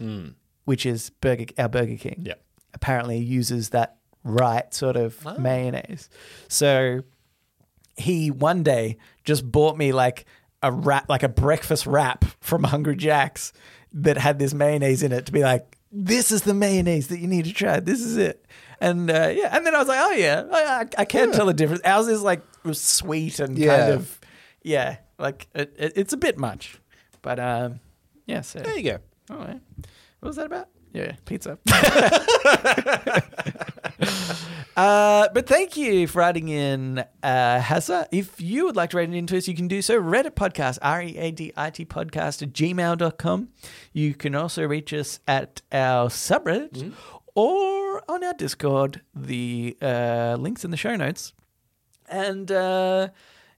Speaker 1: which is Burger our Burger King,
Speaker 2: Yep.
Speaker 1: apparently uses that right sort of mayonnaise. So he one day just bought me like a wrap, like a breakfast wrap from Hungry Jack's that had this mayonnaise in it to be like, this is the mayonnaise that you need to try. This is it. And uh, yeah, and then I was like, oh yeah, I, I- I can tell the difference. Ours is like was sweet and
Speaker 2: Yeah.
Speaker 1: kind of yeah, like it, it, it's a bit much, but um, yeah. So
Speaker 2: There you go.
Speaker 1: all right, what was that about? Yeah, pizza. Uh, but thank you for adding in uh, Hassa. If you would like to write it into us, you can do so. Reddit podcast, R E A D I T podcast at gmail.com. You can also reach us at our subreddit or on our Discord. The uh, links in the show notes. And uh,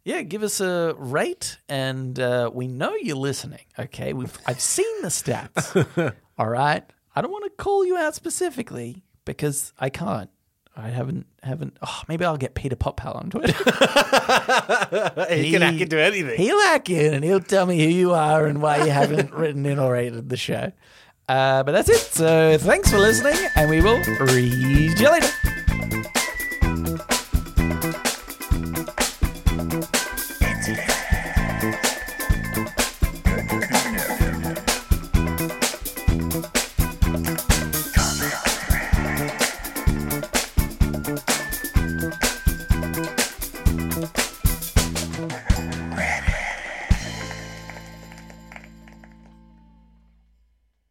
Speaker 1: yeah, give us a rate. And uh, we know you're listening, okay? We've, I've seen the stats. All right. I don't want to call you out specifically because I can't. I haven't haven't. Oh, maybe I'll get Peter Poppel on Twitter.
Speaker 2: He can hack into anything.
Speaker 1: He'll hack in and he'll tell me who you are and why you haven't written in or rated the show. Uh, but that's it. So thanks for listening, and we will read you later.